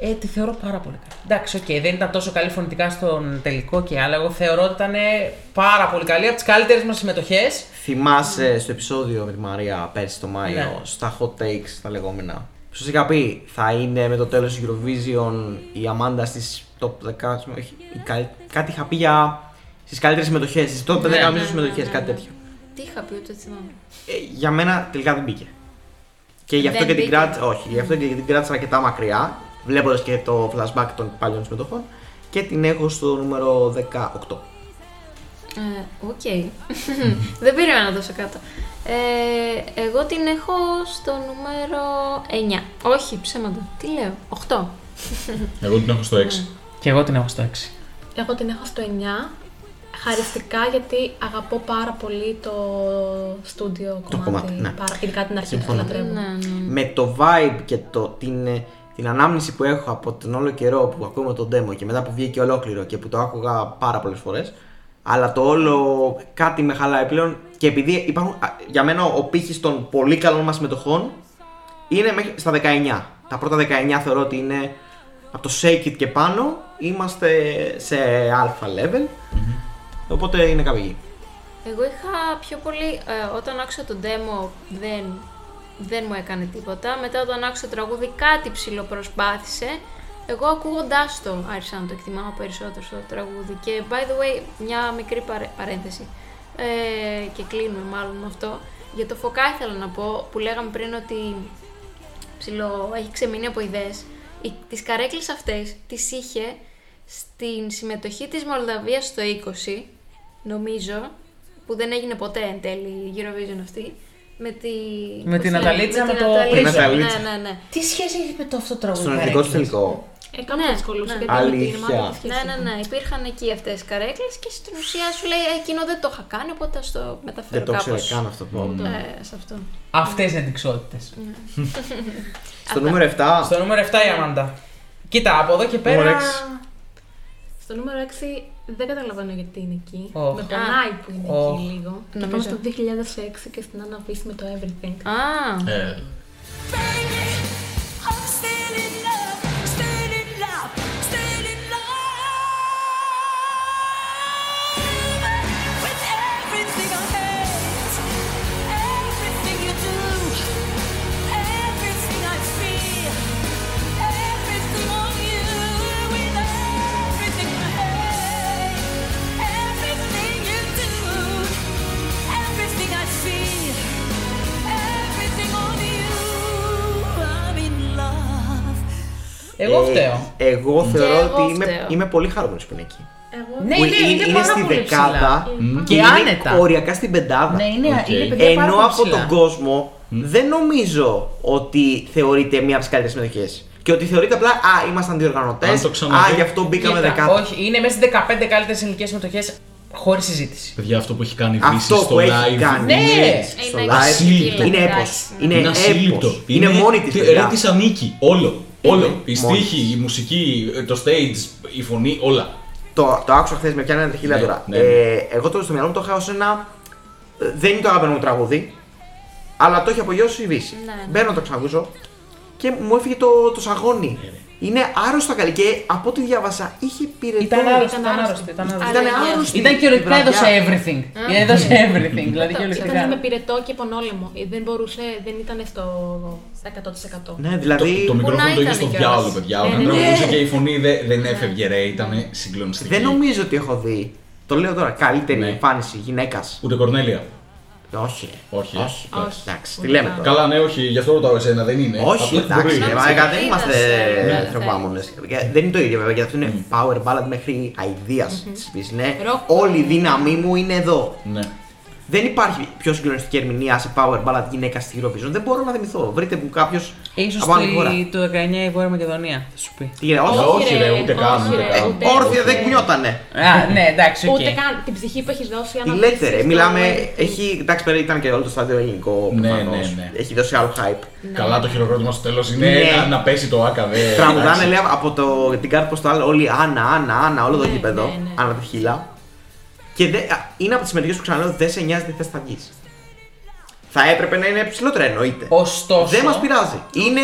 Ε, τη θεωρώ πάρα πολύ καλή. Εντάξει, οκ, δεν ήταν τόσο καλή φωνητικά στον τελικό και άλλα. Εγώ θεωρώ ότι ήταν ε, πάρα πολύ καλή. Από τις καλύτερες μας συμμετοχές.
Θυμάσαι στο επεισόδιο με τη Μαρία πέρσι το Μάιο,
Ναι.
στα hot takes τα λεγόμενα. Που σας είχα πει, θα είναι με το τέλος της Eurovision η Αμάντα στις top 10, όχι, η καλ- κάτι είχα πει για στις καλύτερες συμμετοχές, στις top 10
Ναι,
νομίζω
ναι,
συμμετοχές,
ναι,
κάτι
ναι.
τέτοιο.
Τι είχα πει, ούτε θυμάμαι.
Ε, για μένα τελικά δεν μπήκε. Και γι' αυτό
Δεν
και την
μπήκε.
κράτησα, όχι, γι' αυτό και την κράτησα αρκετά μακριά, βλέποντας και το flashback των παλιών συμμετοχών και την έχω στο νούμερο 18.
Ε, Οκ. [laughs] Δεν περίμενα να δώσω κάτω. Ε, εγώ την έχω στο νούμερο 9. Όχι, ψέματα. Τι λέω, 8.
Εγώ την έχω στο 6.
Και εγώ την έχω στο 6.
Εγώ την έχω στο 9. Χαριστικά γιατί αγαπώ πάρα πολύ το στούντιο κομμάτι.
κομμάτι, ναι.
πάρα, ειδικά την αρχή που
Συμφωνώ.
λατρεύω.
Ναι, ναι.
με το vibe και το, την, ε, την ανάμνηση που έχω από τον όλο καιρό που ακούμε τον demo και μετά που βγήκε ολόκληρο και που το άκουγα πάρα πολλές φορές αλλά το όλο κάτι με χαλάει πλέον και επειδή υπάρχουν, α, για μένα ο πύχης των πολύ καλών μας συμμετοχών είναι μέχρι, στα 19 τα πρώτα 19 θεωρώ ότι είναι από το shake it και πάνω είμαστε σε αλφα level οπότε είναι καπηγή
Εγώ είχα πιο πολύ, ε, όταν άκουσα το demo δεν, δεν μου έκανε τίποτα. Μετά όταν άκουσα το τραγούδι κάτι ψηλοπροσπάθησε. Εγώ ακούγοντάς το άρχισα να το εκτιμάω περισσότερο στο τραγούδι. Και by the way, μια μικρή παρέ- παρένθεση. Ε, και κλείνουμε μάλλον με αυτό. Για το φωκά ήθελα να πω που λέγαμε πριν ότι ψηλό, έχει ξεμείνει από ιδέες. Τις καρέκλες αυτές τις είχε στην συμμετοχή της Μολδαβίας στο 20, νομίζω, που δεν έγινε ποτέ εν τέλει η Eurovision αυτή. Με, τη...
Με την
πώς τη λένε,
Αταλίτσα, με
την
το
Αταλίτσα.
Πρίζα. Την Αταλίτσα.
Ναι, ναι, ναι.
Τι σχέση έχει με το αυτό το τραγούδι.
στον ελληνικό του
Καρέκλες?
τελικό
Ε, κάπου ναι, δυσκολούσε
ναι.
γιατί με την
Αλήθεια.
ομάδα της
Ναι, ναι, ναι. Υπήρχαν εκεί αυτές οι καρέκλες και στην ουσία σου λέει «Ε, εκείνο δεν το είχα κάνει, οπότε ας το μεταφέρω
δεν το ξέρω
κάπως».
καν αυτό που
Ναι, σε αυτό.
Αυτές είναι αντικσότητε.
στο νούμερο 7
Στο νούμερο 7 η Αμάντα. Κοίτα, από εδώ και
Νούμερο
πέρα.
έξι.
Στο νούμερο 6 δεν καταλαβαίνω γιατί είναι εκεί.
Oh.
Με πονάει που είναι
Oh.
εκεί λίγο. Και
Νομίζω.
πάμε στο 2006 και στην αναβίση με το Everything.
Α,
Ε,
Baby, I'm still in love, still in love, still in love. With everything I hate, everything you do, everything I feel, everything on you. With everything I hate, everything you do, everything I feel. Everything on you, I'm in love.
Εγώ
Ε,
φταίω.
Εγώ θεωρώ
εγώ
ότι είμαι,
φταίω.
είμαι πολύ χαρούμενο που είναι εκεί.
Εγώ
Ναι,
Που
είναι, είναι, πάρα
στη
πολύ
δεκάδα
ψηλά.
και
Και
είναι
άνετα.
οριακά στην πεντάδα.
Ναι, είναι,
Οκ.
είναι παιδιά πάρα
Ενώ
πολύ
από
ψηλά.
τον κόσμο δεν νομίζω ότι θεωρείται μία από τις καλύτερες συμμετοχές. Και ότι θεωρείται απλά Α, ήμασταν διοργανωτές.
Αν το ξαναδεί-
Α, γι' αυτό μπήκαμε
Κοίτα,
δεκάδα.
Όχι, είναι μέσα στις 15 καλύτερε ελληνικέ συμμετοχές Χωρίς συζήτηση.
Παιδιά, αυτό που έχει κάνει η Δύση
Αυτό
στο
που έχει
live.
κάνει.
Ναι.
είναι
Ε,
Στο
είναι
live
ασύλληπτο.
είναι έπο.
Εντάξει, ναι.
Είναι
Είναι ασύλληπτο.
έπος. Είναι μόνη της.
Ρε τη ανήκει. Όλο. Όλο. Η
μόνη
στίχη, η μουσική, το stage, η φωνή, όλα.
Το, το άκουσα χθες με πιάνει ένα τριχύλα
Ναι,
τώρα.
ναι.
Ε, εγώ το στο μυαλό μου το είχα ως ένα. ε, Δεν είναι το αγαπημένο μου τραγούδι, αλλά το έχει απογειώσει η Δύση.
Ναι, ναι.
Μπαίνω να το ξανακούσω και μου έφυγε το, το σαγόνι.
Ναι,
Είναι άρρωστα καλή και από ό,τι διάβασα είχε πυρετό.
Ήταν άρρωστη, ήταν
άρρωστη.
άρρωστη. Ήταν, άρρωστη.
Ήταν-
Ήταν
Αλλαγές.
άρρωστη.
ήταν κυριολεκτικά
η βραδιά.
έδωσε everything. Έδωσε everything, δηλαδή
Ήταν με
κυριολεκτικά.
πυρετό και πονόλεμο. Ε, Δεν μπορούσε, δεν ήταν στο 100%.
Ναι, δηλαδή
Το, το μικρόφωνο
να
το είχε
ήταν
στο
κιόλας.
διάολο, παιδιά. Όταν
Ναι, ναι.
τραγουδούσε και η φωνή δεν, δεν έφευγε, ρε. Ήταν συγκλονιστική.
δεν νομίζω ότι έχω δει. Το λέω τώρα, καλύτερη
Ναι.
εμφάνιση γυναίκας.
Ούτε Κορνέλια.
Όχι.
Όχι.
Όχι.
Εντάξει.
Εντάξει, τι λέμε τώρα.
Καλά, ναι, όχι, γι' αυτό ρωτάω εσένα, δεν είναι.
Όχι,
Απλά την
εντάξει,
βρήκα.
ρε
Ναι,
μαλάκα, δεν
ναι,
Ε, είμαστε
ε,
ναι, ναι.
θερμάμονε. Δεν είναι το ίδιο βέβαια, γιατί αυτό είναι power ballad μέχρι αηδία τη φύση. Ναι,
Rock.
όλη η δύναμή μου είναι εδώ.
Ναι.
Δεν υπάρχει πιο συγκλονιστική ερμηνεία σε power ballad γυναίκα στη Eurovision. Δεν μπορώ να θυμηθώ. Βρείτε μου κάποιο
σω
από άλλη χώρα.
το 19 η Βόρεια Μακεδονία, θα σου πει.
Τι γίνεται,
Όχι,
όχι. Ε,
ρε, ούτε καν, Ε,
όχι,
ούτε
ρε,
καν.
ούτε-
Όρθια δεν κουνιότανε.
Α, ναι, εντάξει, οκ.
Ούτε καν την ψυχή που έχεις δώσει.
Τι
άμα
λέτε, ρε,
πεις
μιλάμε.
στο-
Έχει. Εντάξει, πέρα ήταν και όλο το στάδιο ελληνικό.
Ναι,
προφανώς.
ναι, ναι.
Έχει δώσει άλλο hype.
Καλά, το χειροκρότημα στο τέλος είναι
Ναι.
να, να πέσει το άκα, δε.
Τραγουδάνε
Ε, εντάξει.
λέει από το, την κάρτα προς το άλλο όλοι Άννα, Άννα, Άννα, όλο το
Ναι,
γήπεδο.
ναι, ναι.
Άννα τα χείλα. Και δε, α, είναι από τις μερικέ που ξαναλέω δεν σε νοιάζει τι θες θα βγεις. Θα έπρεπε να είναι ψηλότερα εννοείται.
Ωστόσο.
Δεν μας πειράζει. Είναι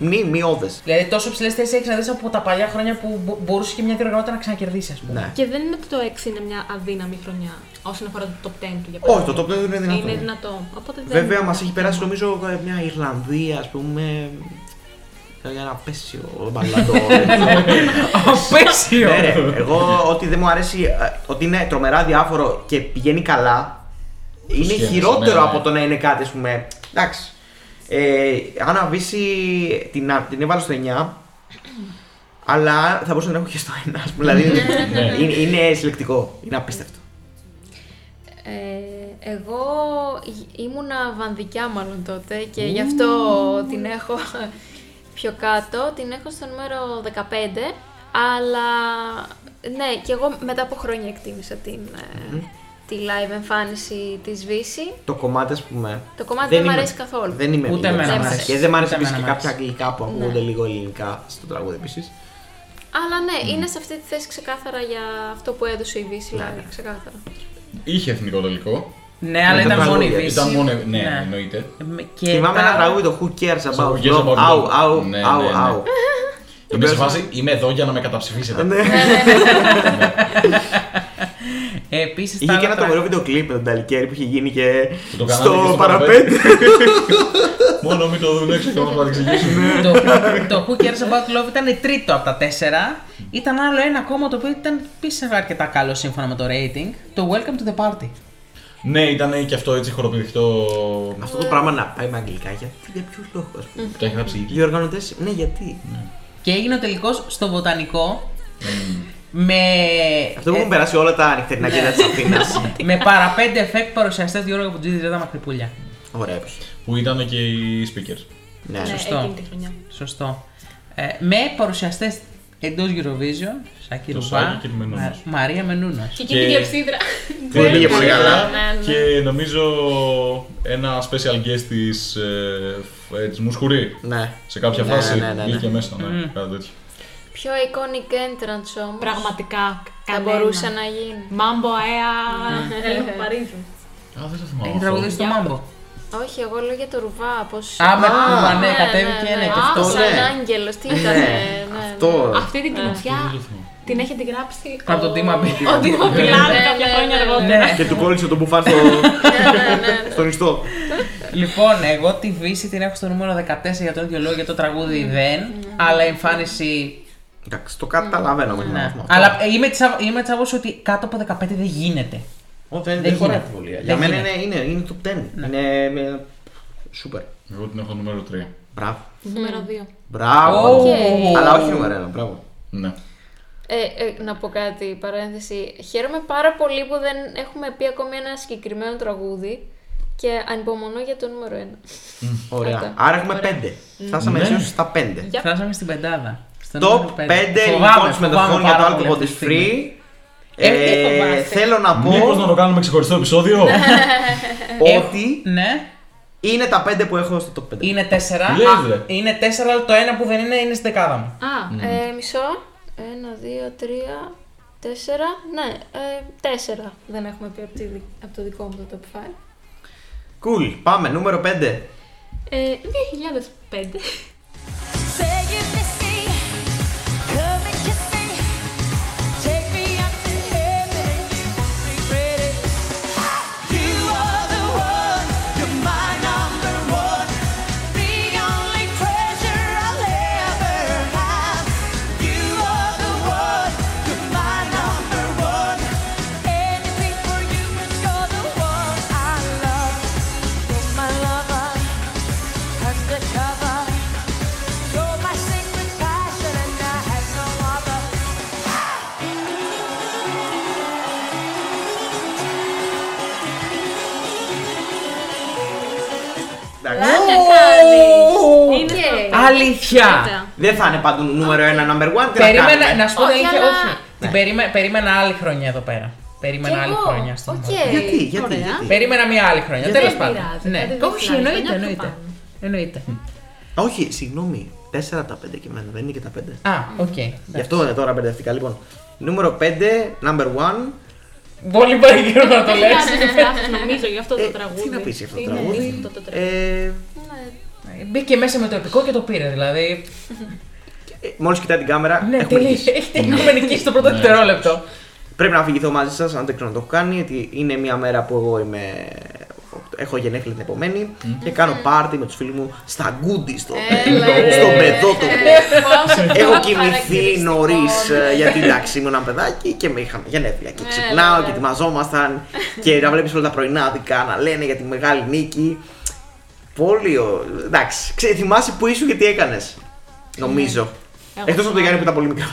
μνημειώδε.
Δηλαδή, τόσο ψηλές θέσεις έχεις να δεις από τα παλιά χρόνια που μπο- μπορούσες και μια διοργανότητα να ξανακερδίσεις, ας πούμε.
Ναι.
Και δεν είναι ότι το 6 είναι μια αδύναμη χρονιά όσον αφορά το top 10 του για
Όχι, το top 10 δεν είναι δυνατό.
Είναι δυνατό. Οπότε δεν... Ναι,
Βέβαια, μας έχει περάσει νομίζω ε, μια Ιρλανδία, ας πούμε. ε, Για να πέσει ο μπαλαντό.
[laughs] Απέσιο!
Ναι, ρε. Εγώ ότι δεν μου αρέσει, ε, ότι είναι τρομερά διάφορο και πηγαίνει καλά, είναι
Σχέδιο,
χειρότερο
ναι, ναι.
από το να είναι κάτι, ας πούμε. Εντάξει. Ε, αν αβήσει την, α- την έβαλα στο 9, αλλά θα μπορούσα να την έχω και στο 1, ας πούμε. Δηλαδή είναι, είναι συλλεκτικό. Είναι απίστευτο.
Ε, εγώ γι- ήμουνα βανδικιά μάλλον τότε και γι' αυτό την έχω [laughs] πιο κάτω. Την έχω στο νούμερο 15, αλλά ναι, και εγώ μετά από χρόνια εκτίμησα την, ε, τη live εμφάνιση της Βύση.
Το κομμάτι, ας πούμε.
Το κομμάτι
δεν
δεν μ'
είμαι-
αρέσει καθόλου.
Δεν είμαι
Ούτε
λίγος
εμένα
μ'
της.
αρέσει.
Και δεν μ' αρέσει
Ούτε
επίσης και
εμένα μ'
κάποια αγγλικά που ακούγονται
Ναι.
λίγο ελληνικά στο τραγούδι επίσης.
Αλλά ναι, είναι σε αυτή τη θέση ξεκάθαρα για αυτό που έδωσε η Βύση live, ξεκάθαρα.
Είχε εθνικό τελικό.
Ναι, αλλά
Με τα
ήταν μόνο η
τραγούδια.
Δύση.
Ήταν μόνο. Ναι, εννοείται.
Με- Και
Θυμάμαι
τα-
ένα τραγούδι το Who cares about
Who Cares
love.
About
Αου,
Love.
αου,
Ναι,
αου,
ναι, ναι.
αου.
Είμαι σε φάση, είμαι εδώ για να με καταψηφίσετε.
Ναι.
Ε, Επίσης, τα
Είχε και
άλλα
ένα
τραγ-
τρομερό βίντεο κλιπ με τον Ταλικέρι που είχε γίνει και
Που το κάνανε και
στο
στο
παραπέντε.
Μόνο μην το δουν έξω και να το
Ναι.
εξηγήσουν.
το,
[laughs]
Who- το Who Cares About Love ήταν τρίτο από τα τέσσερα. Ήταν άλλο ένα ακόμα το οποίο ήταν επίση αρκετά καλό σύμφωνα με το rating. Το Welcome to the Party.
Ναι, ήταν και αυτό έτσι χοροπηδηχτό.
[laughs] Αυτό το πράγμα να πάει με αγγλικά γιατί για ποιου λόγου, α πούμε.
Το έχει γράψει η
Οι οργανωτέ, ναι, γιατί.
Και έγινε ο τελικός στο Βοτανικό.
Mm.
με.
Αυτό που έχουν περάσει όλα τα νυχτερινά κέντρα της Αθήνας.
[laughs] με παραπέντε εφέκτ παρουσιαστές Γιώργο Πουτζίδη Ρέδα Μακρυπούλια.
Ωραία, έπεσε.
Που ήταν και οι speakers.
Ναι,
Ναι,
σωστό.
εκείνη τη χρονιά.
Σωστό. Ε, με παρουσιαστές εντός Eurovision, Σάκη
Το
Ρουβά,
Σάκη και τη Μενούνας.
Μα- Μαρία Μενούνας.
Και εκείνη η
Και-
[laughs]
διευθύντρα.
Δεν πήγε πολύ καλά.
Ναι, ναι.
Και νομίζω ένα special guest της, ε, φ- ε, της Μουσχουρή.
ναι.
Σε κάποια
Ναι,
φάση
ναι, ναι, ναι.
βγήκε μέσα, ναι, κάτι τέτοιο.
Πιο iconic entrance όμως
Πραγματικά. ναι,
θα
κανένα.
μπορούσε να γίνει.
Μάμπο
Ναι.
αέα. Έλεγχο Παρίζου.
Α, δεν το θυμάμαι.
Έχει
αυτό.
τραγουδίσει το Μάμπο.
Όχι, εγώ λέω για το ρουβά, πώς...
Α, με
Α,
Ρουβά, ναι, κατέβηκε, ναι, και
Α,
αυτό.
ναι.
Σαν άγγελος, τι ήταν.
Ναι, αυτό.
Αυτή την
Ναι.
κλωτσιά την έχετε γράψει.
Από τον Τίμα Μπιλάν.
Ο
[laughs]
Τίμα Μπιλάν
Ναι, ναι,
κάποια
ναι,
χρόνια
ναι.
αργότερα.
Και του κόλλησε τον μπουφάν στο, ναι, στο νηστό.
Λοιπόν, εγώ τη Βύση την έχω στο νούμερο 14 για τον ίδιο λόγο, για το τραγούδι δεν, αλλά η εμφάνιση.
Εντάξει, το καταλαβαίνω με
Ναι.
έναν
Αλλά ε, είμαι της άποψης- είμαι της άποψη ότι κάτω από 15 δεν γίνεται.
Δεν χωράει
Δεν γίνεται.
πολύ. Ναι.
Δεν
Για μένα είναι, είναι,
γίνεται.
είναι top 10. Είναι. με- Σούπερ.
Εγώ την έχω νούμερο 3.
Μπράβο.
ναι,
Νούμερο 2.
Μπράβο.
Οκ.
Αλλά όχι νούμερο ένα, μπράβο.
Ναι.
Ε, ε, να πω κάτι, παρένθεση. Χαίρομαι πάρα πολύ που δεν έχουμε πει ακόμη ένα συγκεκριμένο τραγούδι και ανυπομονώ για το νούμερο 1.
Ωραία.
Αυτά.
Άρα έχουμε πέντε. Φτάσαμε
Ναι.
έτσι στα πέντε.
Yep.
Φτάσαμε στην πεντάδα. στο
Top
νούμερο
5
πέντε. Φοβάμαι,
λοιπόν συμμετοχών
φοβάμαι
για το
πάρα πολύ
alcohol
αυτή
body
τη στιγμή.
free.
Ε, τι φοβάσαι.
θέλω να πω
Μήπως να το κάνουμε ξεχωριστό επεισόδιο.
ότι
Ναι,
είναι τα πέντε που έχω στο top 5.
είναι τέσσερα.
Λες,
Α,
ρε.
είναι τέσσερα, αλλά το ένα που δεν είναι είναι στη δεκάδα μου.
Α, ε, μισό. Ένα, δύο, τρία, τέσσερα. Ναι, ε, τέσσερα. Δεν έχουμε πει από, τη,
Ναι.
από το δικό μου το top 5.
Cool, πάμε, νούμερο 5.
Ε, 2005.
Say you miss me, come and kiss me, take me up to heaven, pretty. You are the one, you're my number one, the only treasure I'll ever have. You are the one, you're my number one, anything for you 'cause you're the one I love. You're my lover, undercover. You're my sacred passion and I have no other.
Εντάξει.
Είναι
Αλήθεια!
Δεν θα είναι πάντων νούμερο 1 number one. Τι να
Περίμενα,
κάνουμε. Ναι.
να σου πω την
Όχι,
αλήθεια,
αλλά-
όχι. Την περίμε- περίμενα άλλη χρονιά εδώ πέρα. Περίμενα άλλη χρονιά στην
Οκ.
Ελλάδα.
Γιατί, γιατί,
Ωραία.
γιατί.
Περίμενα μια άλλη χρονιά.
Γιατί
Τέλο
δεν
πάντων.
πειράζει,
Ναι,
κάτι δεν
όχι,
πειράζει,
εννοείται,
χρονιά πιο
εννοείται.
πάνω.
Εννοείται. Ε-
Όχι, συγγνώμη. 4 τα 5 και εμένα, δεν είναι και τα 5.
Α, οκ. Ναι.
Γι' αυτό ε, τώρα μπερδευτικά. Λοιπόν, νούμερο 5, number one.
Πολύ παρήγορο να το
Δεν
λες.
χρειάζεται να γράφεις, νομίζω, για αυτό
Ε,
το τραγούδι.
τι να πεις για αυτό το
Είναι
τραγούδι.
αυτό το τραγούδι.
Ε,
ναι.
Μπήκε μέσα με το επικό και το πήρε, δηλαδή.
Μόλις Ε, κοιτάει την κάμερα,
Ναι,
έχουμε Ναι.
τελείωσε.
νικήσει.
Έχουμε νικήσει στο πρώτο δευτερόλεπτο.
Πρέπει να αφηγηθώ μαζί σας, αν δεν ξέρω να το έχω κάνει, ότι είναι μια μέρα που εγώ είμαι. Έχω γενέθλια την επομένη και κάνω πάρτι με τους φίλους μου στα γκούντι στο,
Έλα,
στο-
ρε.
στο μπεδότο.
Πόσο
Έχω
πιο
κοιμηθεί
χαρακτηριστικό.
νωρίς γιατί εντάξει ήμουν ένα παιδάκι και με είχαμε γενέθλια. Και ξυπνάω και ετοιμαζόμασταν και να βλέπεις όλα τα πρωινάδικα να λένε για τη μεγάλη νίκη. Πολύ. ω- Εντάξει, Ξε- θυμάσαι που ήσουν και τι έκανες.
Ναι.
Νομίζω. Εκτός από το Γιάννη που ήταν πολύ μικρός.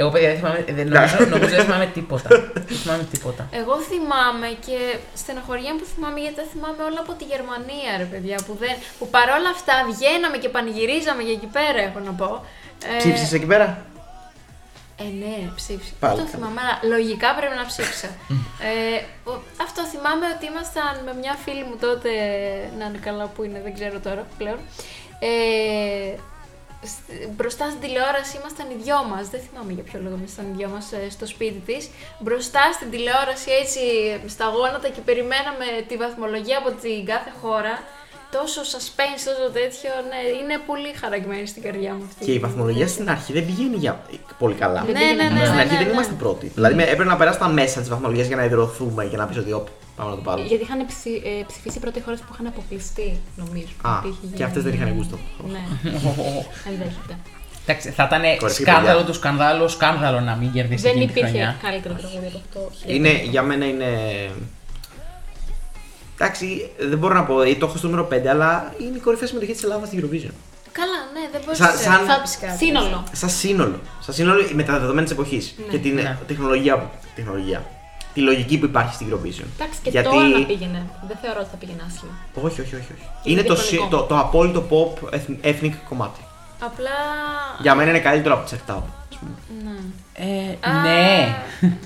Εγώ, παιδιά, δεν θυμάμαι, δεν
Ναι.
νομίζω, νομίζω δεν θυμάμαι τίποτα. Δεν θυμάμαι τίποτα.
Εγώ θυμάμαι και στενοχωριέμαι που θυμάμαι γιατί τα θυμάμαι όλα από τη Γερμανία, ρε παιδιά. Που, δεν, που παρόλα αυτά βγαίναμε και πανηγυρίζαμε για εκεί πέρα, έχω να πω. Ε,
Ψήφισες εκεί πέρα.
Ε, ναι, ψήφισα.
Πάλι
αυτό
καλά.
θυμάμαι, αλλά λογικά πρέπει να ψήφισα. ε, ο- αυτό θυμάμαι ότι ήμασταν με μια φίλη μου τότε, να είναι καλά που είναι, δεν ξέρω τώρα πλέον. Ε, σ- μπροστά στην τηλεόραση ήμασταν οι δυο μας. Δεν θυμάμαι για ποιο λόγο ήμασταν οι δυο μας στο σπίτι της. Μπροστά στην τηλεόραση, έτσι στα γόνατα και περιμέναμε τη βαθμολογία από την κάθε χώρα. Τόσο suspense, τόσο τέτοιο, ναι, είναι πολύ χαραγμένη στην καρδιά μου αυτή.
Και η βαθμολογία στην αρχή δεν πηγαίνει για... ε, πολύ καλά.
Ε, Ναι, ναι, ναι. ναι,
στην αρχή
ναι,
δεν
ναι.
είμαστε πρώτοι. Δηλαδή με- έπρεπε να περάσει τα μέσα της βαθμολογίας για να ιδρωθούμε και να πεις ότι όπ, πάμε να το πάρουμε.
Γιατί είχαν ψη- ε, ψηφίσει οι πρώτοι χώρες που είχαν αποκλειστεί, νομίζω.
Α,
Ότι είχε
και αυτές δεν
γίνει.
είχαν γούστο.
Ναι, ενδέχεται.
Εντάξει, θα ήταν
Κορυφή,
σκάνδαλο
παιδιά.
του σκανδάλου, σκάνδαλο να μην κερδίσει
Δεν
εκείνη τη
υπήρχε
χρονιά.
καλύτερο τραγούδι από αυτό.
Είναι, για μένα είναι. Εντάξει, δεν μπορώ να πω, ε, το έχω στο νούμερο 5, αλλά είναι η κορυφαία συμμετοχή της Ελλάδας στην Eurovision.
Καλά, ναι, δεν μπορείς
Σαν-
να
σαν-
θάψεις κάτι.
Σύνολο.
Σαν σύνολο. Σαν σύνολο με τα δεδομένα της εποχής και την ε,
Ναι.
τεχνολογία, που- τεχνολογία. Τη λογική που υπάρχει στην Eurovision.
Εντάξει, και τώρα να πήγαινε. Δεν θεωρώ ότι θα πήγαινε άσχημα.
Όχι, όχι, όχι. όχι. Είναι το,
διαχρονικό.
σι- το, το απόλυτο pop εθν- ethnic κομμάτι.
Απλά.
Για μένα είναι καλύτερο από τη Σερτάμπ.
Ε,
Α,
ναι.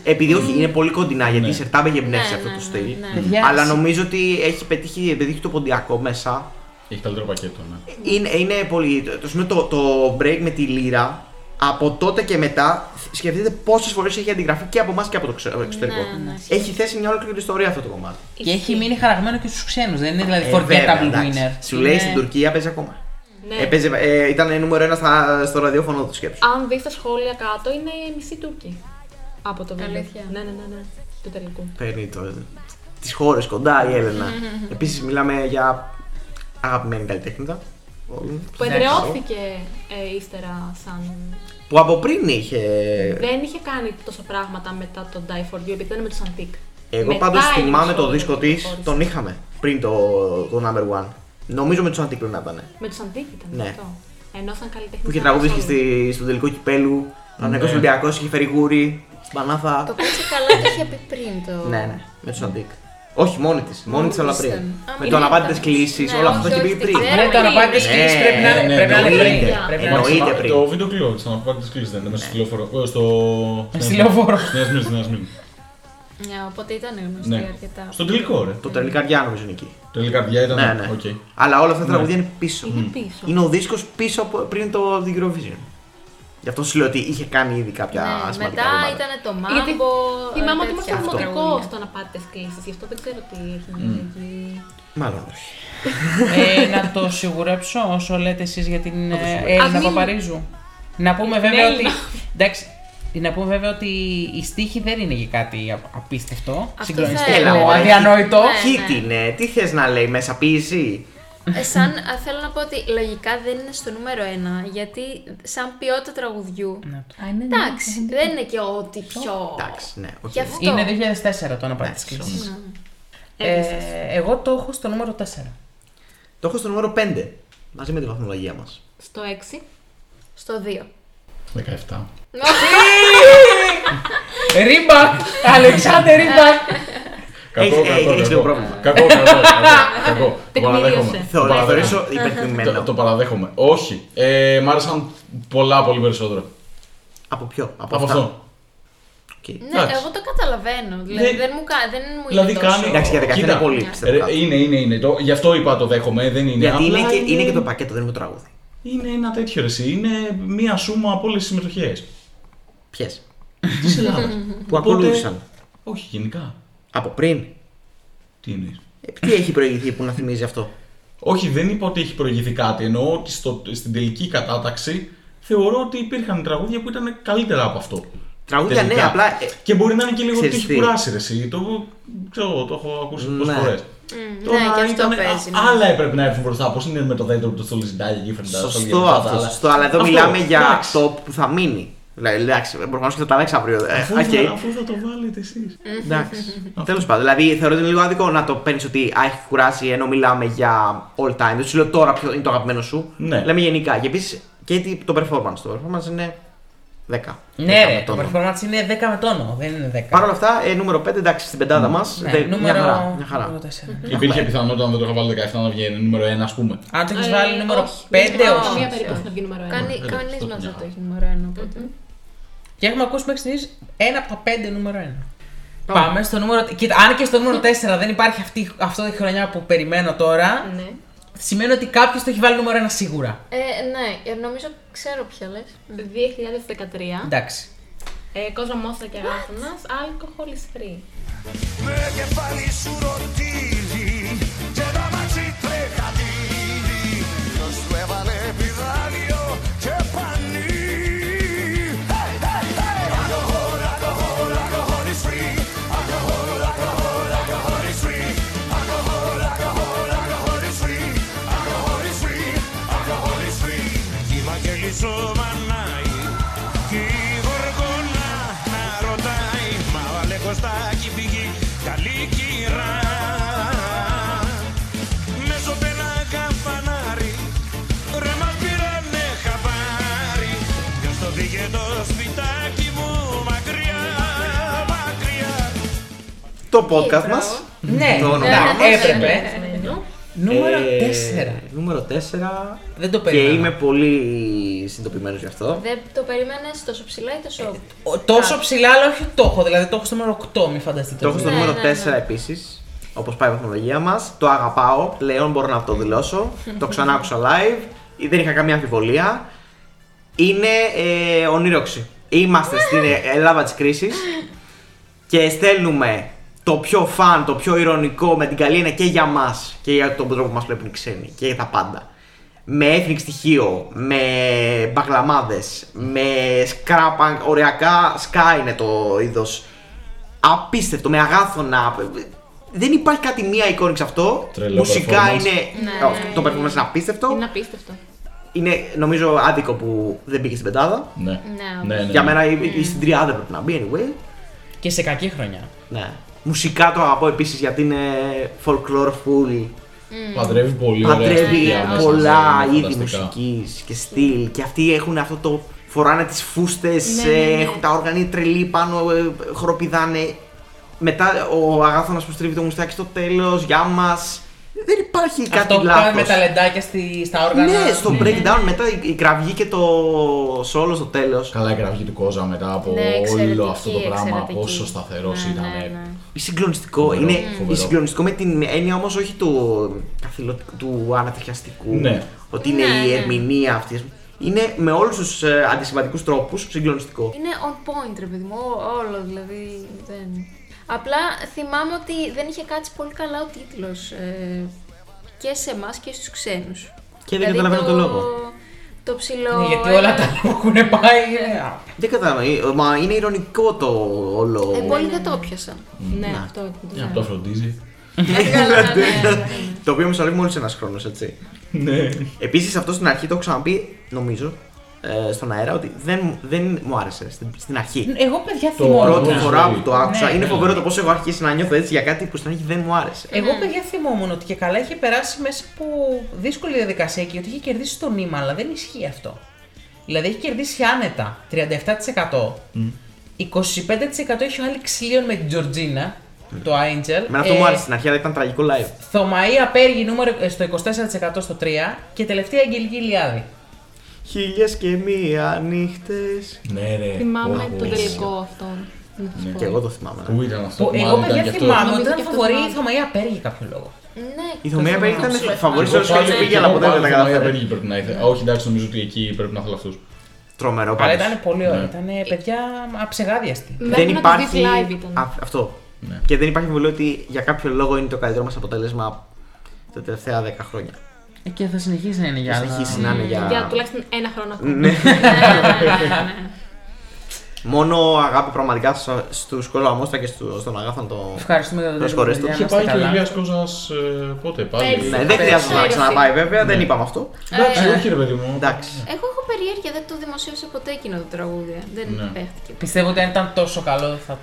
Επειδή όχι, είναι πολύ κοντινά γιατί η Σερτάμπ έχει εμπνεύσει
Ναι,
αυτό
ναι,
το
ναι,
στυλ.
ναι.
Παιδιά,
Αλλά
εσύ-
νομίζω ότι έχει πετύχει, πετύχει το ποντιακό μέσα.
Έχει καλύτερο πακέτο, ναι.
Είναι, είναι πολύ. Το, το, σημείο- το, το break με τη λύρα από τότε και μετά σκεφτείτε πόσες φορές έχει αντιγραφεί και από εμάς και από το ξε- εξωτερικό.
ναι.
Έχει θέσει μια ολόκληρη ιστορία αυτό το κομμάτι.
Και έχει μείνει χαραγμένο και στους ξένους. Δεν είναι δηλαδή
Ε, βέβαια,
forgettable
εντάξει.
winner.
Σου λέει
Είναι-
στην Τουρκία παίζει ακόμα.
Ναι.
Ε, παίζει- ε, ήταν νούμερο ένα στα, στο ραδιόφωνο του σκέψου.
Αν δεις τα σχόλια κάτω, είναι μισή Τούρκοι. Από το βίντεο.
Αλήθεια.
Ναι, ναι, ναι, ναι. Του τελικού.
Παίρνει το. Τις χώρες κοντά η
[laughs]
Έλενα. Επίσης μιλάμε για αγαπημένη καλλιτέχνητα. Ναι, όλων.
Που εδρεώθηκε ε, ύστερα σαν.
Που από πριν είχε.
Δεν είχε κάνει τόσο πράγματα μετά τον Die for You, επειδή ήταν με τους Antique.
Εγώ
Μετά
πάντως
έγινε
θυμάμαι το
όλο
δίσκο
το
τη,
χώρισε.
τον είχαμε πριν το, το number one. Νομίζω με τους Antique πρέπει να ήταν.
Με τους Antique ήταν
Ναι.
αυτό. Ενώ σαν καλλιτέχνη.
Ναι,
Που είχε
ήταν
τραγουδίσει
solo.
στη, στον τελικό κυπέλου. Παναγιώ Ολυμπιακός, είχε φέρει γούρι. Μπανάθα.
Το κάτσε καλά το είχε πει πριν το.
Ναι, ναι, με τους Antique. Όχι, μόνη της. Μόνη της όλα πριν.
ήταν.
Α,
Με
μην
το αναπάντητε
ήταν.
κλήσεις,
Ναι,
όλα
όχι,
αυτά και
όχι,
πει
την
πριν.
ξέρω.
Ναι, το
Πριν.
αναπάντητε
Ναι,
κλείσει πρέπει να
ναι,
είναι πρέπει να είναι
εννοείται.
πριν. Πρέπει να είναι
Εννοείται. Ναι.
πριν.
πριν.
Το βίντεο κλειό τη αναπάντητη κλίση δεν είναι μέσα στη λεωφόρο. ε, Στο. ναι.
Στη λεωφόρο.
Νέας Σμύρνη, Νέα Σμύρνη.
Ναι, οπότε ήταν γνωστή
Ναι.
αρκετά.
Στο τελικό, ρε.
Το τελικά νομίζω είναι εκεί.
Τελικά παιδιά ήταν.
Ναι, ναι.
οκ.
Αλλά όλα αυτά τα τραγούδια είναι πίσω.
Είναι πίσω.
Είναι ο δίσκος πίσω από, πριν το The Eurovision. Γι' αυτό σου λέω ότι είχε κάνει ήδη κάποια
Ναι,
σημαντικά.
μετά
ρημάδια.
ήταν το μάμπο. ε,
Γιατί θυμάμαι ότι
τέτοια
ήμασταν
τραγούδια.
δημοτικό στο να πάτε κλήσεις, γι' αυτό δεν ξέρω τι έχει γίνει εκεί.
Μάλλον όχι.
Ε, να το σιγουρέψω όσο λέτε εσείς για την ε, Έλληνα
Α, μην-
Παπαρίζου. Να πούμε βέβαια
Έλληνα.
ότι. Εντάξει, να πούμε βέβαια ότι η στίχη δεν είναι για κάτι α- απίστευτο,
Αυτό θα
συγκλονιστικό,
έλεγα.
αδιανόητο.
Ναι.
Hit είναι, τι θες να λέει, μέσα ποιήση.
Ε, σαν, α, θέλω να πω ότι λογικά δεν είναι στο νούμερο ένα, γιατί σαν ποιότητα τραγουδιού.
Ναι.
Α, είναι
Εντάξει,
ναι.
δεν είναι και ό,τι πιο.
Εντάξει, ναι, οκ.
Γι' αυτό.
Είναι 2004 το αναπάντητη
Ναι,
κλίση. Ε, εγώ το έχω στο νούμερο 4.
Το έχω στο νούμερο 5. Μαζί με τη βαθμολογία μας.
Στο 6.
Στο 2.
17.
Ρίμπακ! Αλεξάνδρ Ρίμπακ!
Κακό,
Έχεις-
κακό.
έχεις
κακό.
λίγο πρόβλημα.
Κακό, κακό.
[laughs]
κακό, κακό. Το παραδέχομαι.
Τεκμηρίωσε.
Θα
Το
το
παραδέχομαι.
θεωρήσω υπερτιμημένο.
Το- Το παραδέχομαι. Όχι. Ε, Μ' άρεσαν πολλά πολύ περισσότερα.
Από ποιο, από,
Από
αυτά.
αυτό.
Οκ.
Ναι,
Εντάξει.
εγώ το καταλαβαίνω. Δηλαδή
Ναι.
δεν μου, κα- δεν μου
Δηλαδή
είναι τόσο-
κάνει.
Εντάξει, για 17
Κοίτα, Ε,
είναι πολύ, πιστεύω,
ρε,
κάτω.
Είναι, είναι, είναι. Το- Γι' αυτό είπα το δέχομαι. Δεν είναι.
Γιατί είναι
Ναι, απλά
και, είναι και το πακέτο, δεν είναι το τραγούδι.
Είναι ένα τέτοιο ρεσί. Είναι μία σούμα από όλες τις συμμετοχές
[laughs] Ποιες.
τη Ελλάδα.
Που ακολούθησαν.
Όχι, γενικά.
Από πριν.
Τι εννοείς.
Ε, Τι έχει προηγηθεί που να θυμίζει αυτό.
Όχι, δεν είπα ότι έχει προηγηθεί κάτι. Εννοώ ότι στο, στην τελική κατάταξη θεωρώ ότι υπήρχαν τραγούδια που ήταν καλύτερα από αυτό.
Τραγούδια, ναι,
Τελικά.
απλά. ε,
Και μπορεί να είναι και λίγο ότι
Ξέρεις τι.
έχει κουράσει ρε, εσύ. Το, ξέρω, το έχω ακούσει
Ναι.
πολλέ φορέ.
Μμ, ναι, και αυτό παίζει, ναι.
Άλλα έπρεπε να έρθουν μπροστά. Πώ είναι με το δέντρο που το στολίζει Ντάλι και φέρνει τα
Σωστό
στολίδια, τα
αυτό.
άλλα.
Σωστό, αλλά εδώ
Αυτό,
μιλάμε για
εντάξει.
το που θα μείνει. Δηλαδή, εντάξει, προφανώς και θα τα αλλάξει αύριο. ε,
Αφού,
οκ.
θα, αφού θα το βάλετε εσείς.
Εντάξει. Τέλος πάντων, δηλαδή θεωρώ ότι είναι λίγο άδικο να το παίρνεις ότι α, έχει κουράσει ενώ μιλάμε για all time. Δεν σου λέω τώρα ποιο είναι το αγαπημένο σου.
Ναι.
Λέμε γενικά. Και επίσης και τι- το performance. Το performance είναι 10.
Ναι,
10
ρε,
με
το
τόνο.
performance είναι 10 με τόνο, δεν είναι 10.
Παρ' όλα αυτά, ε, νούμερο 5, εντάξει, στην πεντάδα μας.
Ναι,
Μια χαρά.
νούμερο
Μια χαρά.
νούμερο 4.
Υπήρχε πιθανότητα αν δεν το είχα βάλει 17 να βγαίνει νούμερο 1, ας πούμε.
Αν το
Ε,
έχει βάλει νούμερο 5,
όχι.
Καμία
όχι.
περίπτωση να βγει νούμερο 1.
Κάνει,
εντάξει,
κανείς
το
μας
μια
δεν το
χαρά.
έχει νούμερο ένα, οπότε.
Και έχουμε ακούσει μέχρι στιγμής ένα από τα 5 νούμερο 1. Πάμε στο νούμερο. Κοίτα, αν και στο νούμερο 4 δεν υπάρχει αυτή, αυτή η χρονιά που περιμένω τώρα,
Ναι.
σημαίνει ότι κάποιος το έχει βάλει νούμερο 1 σίγουρα.
Ε, ναι, ε, νομίζω ξέρω ποια λες.
2013.
Εντάξει.
Ε, Κόσμο Μόστρα και Αγάθωνα. Alcohol is free.
Με κεφάλι σου ρωτίζει και τα μάξι τρεχατίζει Ποιος του έβαλε πιδάλιο και πανί Hey, hey, hey! Alcohol, alcohol, alcohol is free Alcohol, alcohol, alcohol is free Alcohol, alcohol, alcohol is free Alcohol is free, alcohol is free Κύμα και λυσό μανάει κι η γοργόνα να ρωτάει Μα βάλε κοστάκι πήγε καλή κυρά Μέσω πένα καφανάρι Ρε μας πήρανε χαμπάρι Ποιος το πήγε το σπιτάκι μου μακριά, μακριά
Το podcast μας.
Ναι,
Το όνομα
Ε,
ναι,
μας.
έπρεπε. Νούμερο
Ε,
4.
Νούμερο 4.
Δεν το
Και
περίμενα.
είμαι πολύ συντοπιμένο γι' αυτό.
Δεν το περίμενες τόσο ψηλά ή τόσο.
Ο- Τόσο ψηλά, αλλά όχι το έχω. Δηλαδή το έχω στο νούμερο 8, μην φανταστείτε.
Το έχω στο
Ναι,
νούμερο
ναι,
4
ναι.
επίσης. Όπως πάει η βαθμολογία μας. Το αγαπάω. Πλέον μπορώ να το δηλώσω. το ξανά άκουσα live. Δεν είχα καμία αμφιβολία. Είναι ε, ονείροξη. Είμαστε στην Ελλάδα της κρίσης. Και στέλνουμε το πιο φαν, το πιο ηρωνικό με την καλή είναι και για μας και για τον τρόπο που μας βλέπουν οι ξένοι και για τα πάντα. Με έθνικ στοιχείο, με μπαγλαμάδε, με σκράπαν, οριακά σκά είναι το είδος. Απίστευτο, με αγάθωνα. Δεν υπάρχει κάτι μία εικόνα σε αυτό.
Τρελό
Μουσικά
performance.
είναι.
Ναι.
Αυτό Το performance είναι
Oh.
απίστευτο.
Είναι απίστευτο.
Είναι νομίζω άδικο που δεν μπήκε στην πεντάδα.
Ναι.
Ναι,
Για μένα ή- ή στην τριάδα πρέπει να μπει, anyway.
Και σε κακή χρονιά.
Ναι. Μουσικά το αγαπώ επίσης γιατί είναι folklore full.
Ναι,
Παντρεύει πολύ ωραία
Mm. Παντρεύει
στοιχεία μέσα,
πολλά
είναι
είδη
φανταστικά.
μουσική και στυλ. Και αυτοί έχουν αυτό το. Φοράνε τις φούστες,
Ναι, ναι, ναι.
έχουν τα όργανα είναι τρελή πάνω, ε, χοροπηδάνε. μετά ο Αγάθωνας που στρίβει το μουστάκι στο τέλος, για μας. Δεν υπάρχει κάτι
Αυτό που
λάθος.
κάνουν με τα λεντάκια στη, στα όργανα.
Ναι, στο breakdown μετά η- η κραυγή και το solo στο τέλος.
Καλά η κραυγή του Κόζα μετά από
Ναι,
Ε, όλο
εξαιρετική,
αυτό το πράγμα,
εξαιρετική.
πόσο σταθερός
Ναι,
ήταν.
ναι, ναι.
Συγκλονιστικό.
Φοβερό,
Είναι
φοβερό.
συγκλονιστικό με την έννοια όμως όχι του, καθυλωτικού- του ανατριχιαστικού.
Ναι.
Ότι είναι
Ναι,
η
ναι.
ερμηνεία αυτή. Είναι με όλους τους ε, αντισυμβατικούς τρόπους συγκλονιστικό.
Είναι on point, ρε παιδί μου. ό- Όλο δηλαδή. Δεν... Απλά θυμάμαι ότι δεν είχε κάτσει πολύ καλά ο τίτλος και σε εμάς και στους ξένους.
Και δεν καταλαβαίνω
Δηλαδή
το λόγο.
Το ψηλό. ε,
Ναι, γιατί όλα τα άλλα που έχουν πάει. ε, α,
Δεν καταλαβαίνω. ε, Μα είναι ηρωνικό το όλο.
Ε, πολλοί δεν το πιασαν.
Ναι, αυτό ήταν.
Για αυτό φροντίζει.
[laughs]
ναι,
το οποίο μεσολεύει μόλις ένας χρόνος, έτσι.
Ναι.
Επίσης, αυτό στην αρχή το έχω ξαναπεί, νομίζω, ε, στον αέρα, ότι δεν, δεν μου άρεσε στην, στην αρχή.
Εγώ, παιδιά,
Το
θυμόμουν.
Πρώτη
ναι.
φορά που το άκουσα,
Ναι,
είναι
ναι.
φοβερό το πόσο έχω αρχίσει να νιώθω έτσι για κάτι που στην αρχή δεν μου άρεσε.
Εγώ, παιδιά, θυμόμουν ότι και καλά είχε περάσει μέσα από δύσκολη διαδικασία και ότι είχε κερδίσει το νήμα, αλλά δεν ισχύει αυτό. Δηλαδή, έχει κερδίσει άνετα 37%. 25% είχε ο Άλεξ Ξύλιον με την Τζορτζίνα, το Angel.
Εμένα αυτό
Ε,
μου άρεσε στην αρχή, αλλά ήταν τραγικό live.
Θωμαή Απέργη νούμερο ε, στο 24% στο 3 και τελευταία Αγγελική Ηλιάδη.
Χίλιες και μία νύχτες.
Ναι, ρε.
Θυμάμαι
Ω,
το
ω,
τελικό αυτό. να σας πω.
Ναι, Και εγώ το θυμάμαι.
Πού ήταν αυτό,
Που- Εγώ
μάλλον
παιδιά
ήταν και αυτό.
θυμάμαι ότι
Νομίζω
ήταν
και αυτό
φοβορή η
θυμάμαι.
Θωμαή Απέργη για κάποιο λόγο.
Ναι,
Η Θωμία Πέρι ήταν
θυμάμαι.
φαβορή
Εγώ
όλου
πάλι-
και πήγε,
εγώ
αλλά ποτέ δεν
πάλι
τα
θυμάμαι,
καταφέρει.
απέργη πρέπει να ήθελα. Όχι, εντάξει, νομίζω ότι εκεί πρέπει να θέλω αυτού.
Τρομερό
Αλλά
πάντως.
ήταν πολύ ωραία.
Ναι.
Ήταν παιδιά αψεγάδιαστη.
Δεν
Μέχρι να το δεις
υπάρχει.
live ήταν.
Α, αυτό.
Ναι.
Και δεν υπάρχει βιβλίο ότι για κάποιο λόγο είναι το καλύτερο μας αποτέλεσμα τα τελευταία 10 χρόνια.
Και θα συνεχίσει να είναι για
Θα συνεχίσει να είναι
Για
για.
τουλάχιστον ένα χρόνο ακόμα.
Ναι.
ναι, ναι, ναι.
Μόνο αγάπη πραγματικά στου Κολαμόστα και στο- στον Αγάθαν το.
Ευχαριστούμε για το
Θα σχολιάσω.
παιδιά,
Είχε
Είχε
να είστε
πάει και ο
καλά.
Ηλίας Κόζας πότε πάλι.
Πέρυσι.
Ναι, δεν χρειάζεται να ξαναπάει βέβαια, δεν είπαμε αυτό.
Ε,
Εντάξει, όχι ρε παιδί μου.
Εντάξει.
Εγώ έχω περιέργεια, δεν το δημοσίευσε ποτέ εκείνο το τραγούδι. ε. Δεν
Ναι.
παίχτηκε.
Πιστεύω ότι αν ήταν τόσο καλό θα.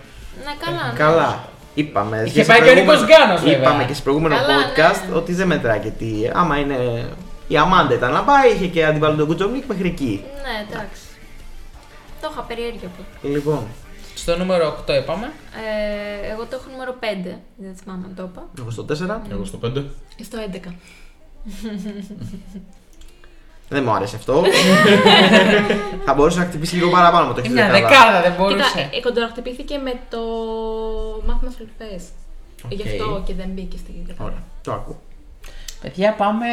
Ναι, καλά. ναι.
Ε, Καλά. Είπαμε.
Είχε
και σε
πάει και ο
προηγούμενο-
Νίκος Γκάνος, βέβαια.
Είπαμε και σε προηγούμενο
Καλά,
podcast
ναι.
ότι δεν μετράει και τι. Άμα είναι. Η Αμάντα ήταν να πάει, είχε και αντιβάλλον τον Κουτσομπλίκ μέχρι εκεί.
Ναι, εντάξει. Το είχα περιέργεια απλά.
Λοιπόν,
Στο νούμερο 8 είπαμε.
Ε, εγώ το έχω νούμερο 5. Δεν θυμάμαι αν το είπα.
εγώ στο 4.
Εγώ στο 5.
Στο 11.
Δεν μου άρεσε
[laughs]
αυτό. Θα μπορούσε να χτυπήσει λίγο παραπάνω με το
Είναι μια
6
δεκάδα, δεν
ε,
μπορούσε.
Κοίτα, ε, κοντοραχτυπήθηκε με το μάθημα σολφέ. Γι' αυτό και δεν μπήκε στην
Ωραία, το ακούω.
Παιδιά, πάμε.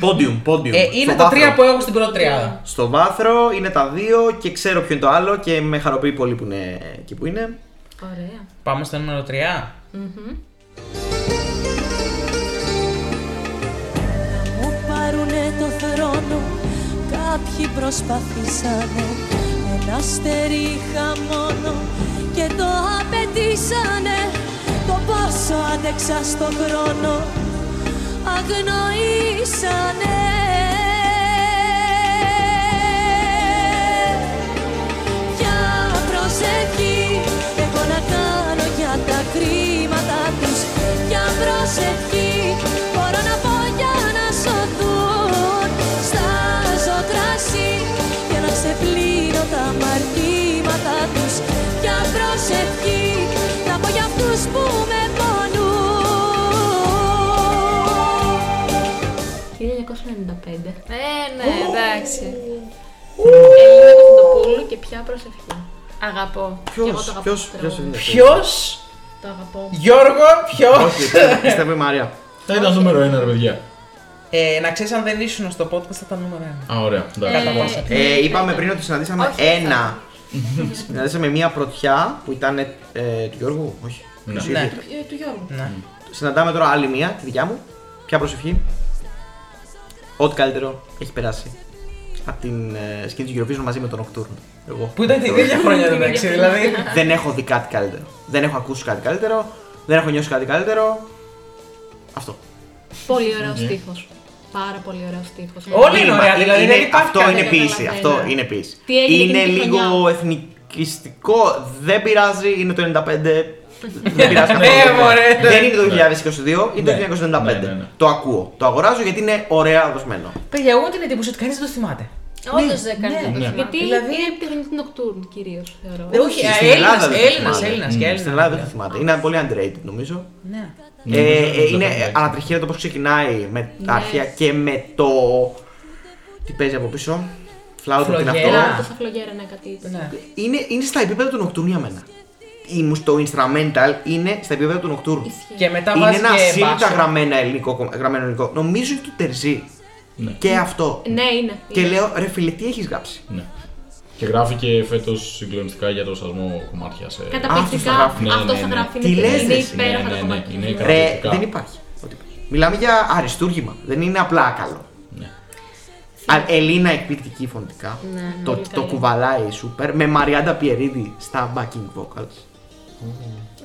Πόντιουμ, πόντιουμ.
Ε, είναι τα τρία που έχω στην πρώτη τριάδα.
Στο βάθρο είναι τα δύο και ξέρω ποιο είναι το άλλο και με χαροποιεί πολύ που είναι εκεί που είναι.
Ωραία.
Πάμε στο νούμερο 3.
Να μου πάρουνε το θρόνο Κάποιοι προσπαθήσανε Ένα αστέρι είχα μόνο Και το απαιτήσανε Το πόσο άντεξα στο χρόνο Αγνοήσανε Ποια προσευχή έχω να κάνω για τα χρήματα τους Ποια προσευχή μπορώ να πω για να σωθούν Στα ζωγράσι για να ξεπλύνω τα μαρτήματα τους Ποια προσευχή να πω για αυτούς που με πονούν
1995.
Ε, ναι, εντάξει.
Ελίνα Κωνσταντοπούλου και ποια προσευχή. Αγαπώ.
Ποιο,
Και εγώ το αγαπώ.
ποιος,
αυτό το
ποιο
τραγούδι.
είναι.
Ποιος,
Το αγαπώ.
Γιώργο, ποιος.
Όχι, πιστεύω- πιστεύω η Μαρία.
Θα ήταν νούμερο 1, ρε παιδιά.
Ε, να ξέρεις αν δεν ήσουν στο podcast θα ήταν νούμερο 1.
Α, ωραία.
Κατά
Εντάξει.
πάσα.
Ε, είπαμε πριν ότι συναντήσαμε
Όχι,
ένα. [laughs] συναντήσαμε μία πρωτιά που ήταν ε, του Γιώργου. Όχι.
Ναι.
Ποιος
Ναι.
είχε.
Ε, Του Γιώργου.
Ναι.
Συναντάμε τώρα άλλη μία, τη δικιά μου. Ποια προσευχή. Ό,τι καλύτερο έχει περάσει. Από την ε, σκηνή του Eurovision μαζί με τον Nocturne. Εγώ.
Που ήταν την [laughs]
ε,
ίδια χρονιά το μεταξύ, δηλαδή.
Δεν έχω δει κάτι καλύτερο. Δεν έχω ακούσει κάτι καλύτερο. Δεν έχω νιώσει κάτι καλύτερο. Αυτό.
Πολύ ωραίος στίχος. Πάρα πολύ ωραίος στίχος.
Όλοι είναι ωραία, δηλαδή
Είναι-
δεν υπάρχει
αυτό
κανένα.
είναι ποιήση.
καταλαβαίνω.
Αυτό είναι ποιήση.
Τι έγινε
είναι
εκείνη τη
λίγο
χρονιά.
εθνικιστικό, δεν πειράζει, είναι το 95. δεν πειράζει
Ναι, μωρέ.
Δεν είναι το 2022, είναι το
Ναι.
1995.
Ναι, ναι, ναι.
Το ακούω. Το αγοράζω γιατί είναι ωραία δοσμένο.
Ε, Παιδιά, εγώ έχω την εντύπωση ότι κανείς δεν το θυμάται.
Όντως δεν κάνει
ναι,
ναι,
ναι.
Γιατί
Γιατί
Δηλαδή-
είναι επιτεχνητή Nocturne κυρίως, θεωρώ.
Ε, όχι,
Στην
Έλληνας,
Ελλάδα δεν το
Έλληνας,
θυμάται.
Έλληνας
Μμ,
και Έλληνας.
Στην Ελλάδα δεν το θυμάται. Είναι πολύ underrated νομίζω.
Ναι.
Ε,
Νομίζω
ε,
δεν το
είναι
θυμάμαι.
ανατριχία το πώς ξεκινάει με τα αρχεία και με το. Τι παίζει από πίσω. Φλάουτο την αυτό.
Φλογέρα.
Το φλογέρα, ναι, κάτι έτσι.
Ναι.
Είναι, είναι στα επίπεδα του Νοκτούρνου για μένα. Η, μου- το instrumental είναι στα επίπεδα του Νοκτούρνου.
Ισχύει.
Και μετά
Είναι
βάζεις
ένα
και
ασύλληπτα
μπάσο.
γραμμένο ελληνικό, κομ- γραμμένο ελληνικό. Νομίζω είναι του Τερζή.
Ναι.
Και αυτό.
Ναι, είναι.
Και
Είναι.
λέω, ρε φίλε, τι έχεις γράψει.
Ναι. Και γράφει και φέτος συγκλονιστικά για το σασμό κομμάτια σε.
αυτός
Καταπληκτικά.
τα γράφει.
Ναι,
Αυτό
ναι,
θα
ναι.
γράφει.
Τι
είναι-
λες,
Είναι
ρε, εσύ.
υπέροχα
Ναι,
τα
ναι, ναι,
κομμάτια.
είναι
Ναι.
κα-
Ρε,
Πραγματικά.
δεν υπάρχει. Ότι- Μιλάμε για αριστούργημα. Δεν είναι απλά καλό.
Ναι.
Α, Ελίνα εκπληκτική φωνητικά.
Ναι,
το,
πολύ
το
καλή.
κουβαλάει σούπερ. Με Μαριάντα Πιερίδη στα backing vocals.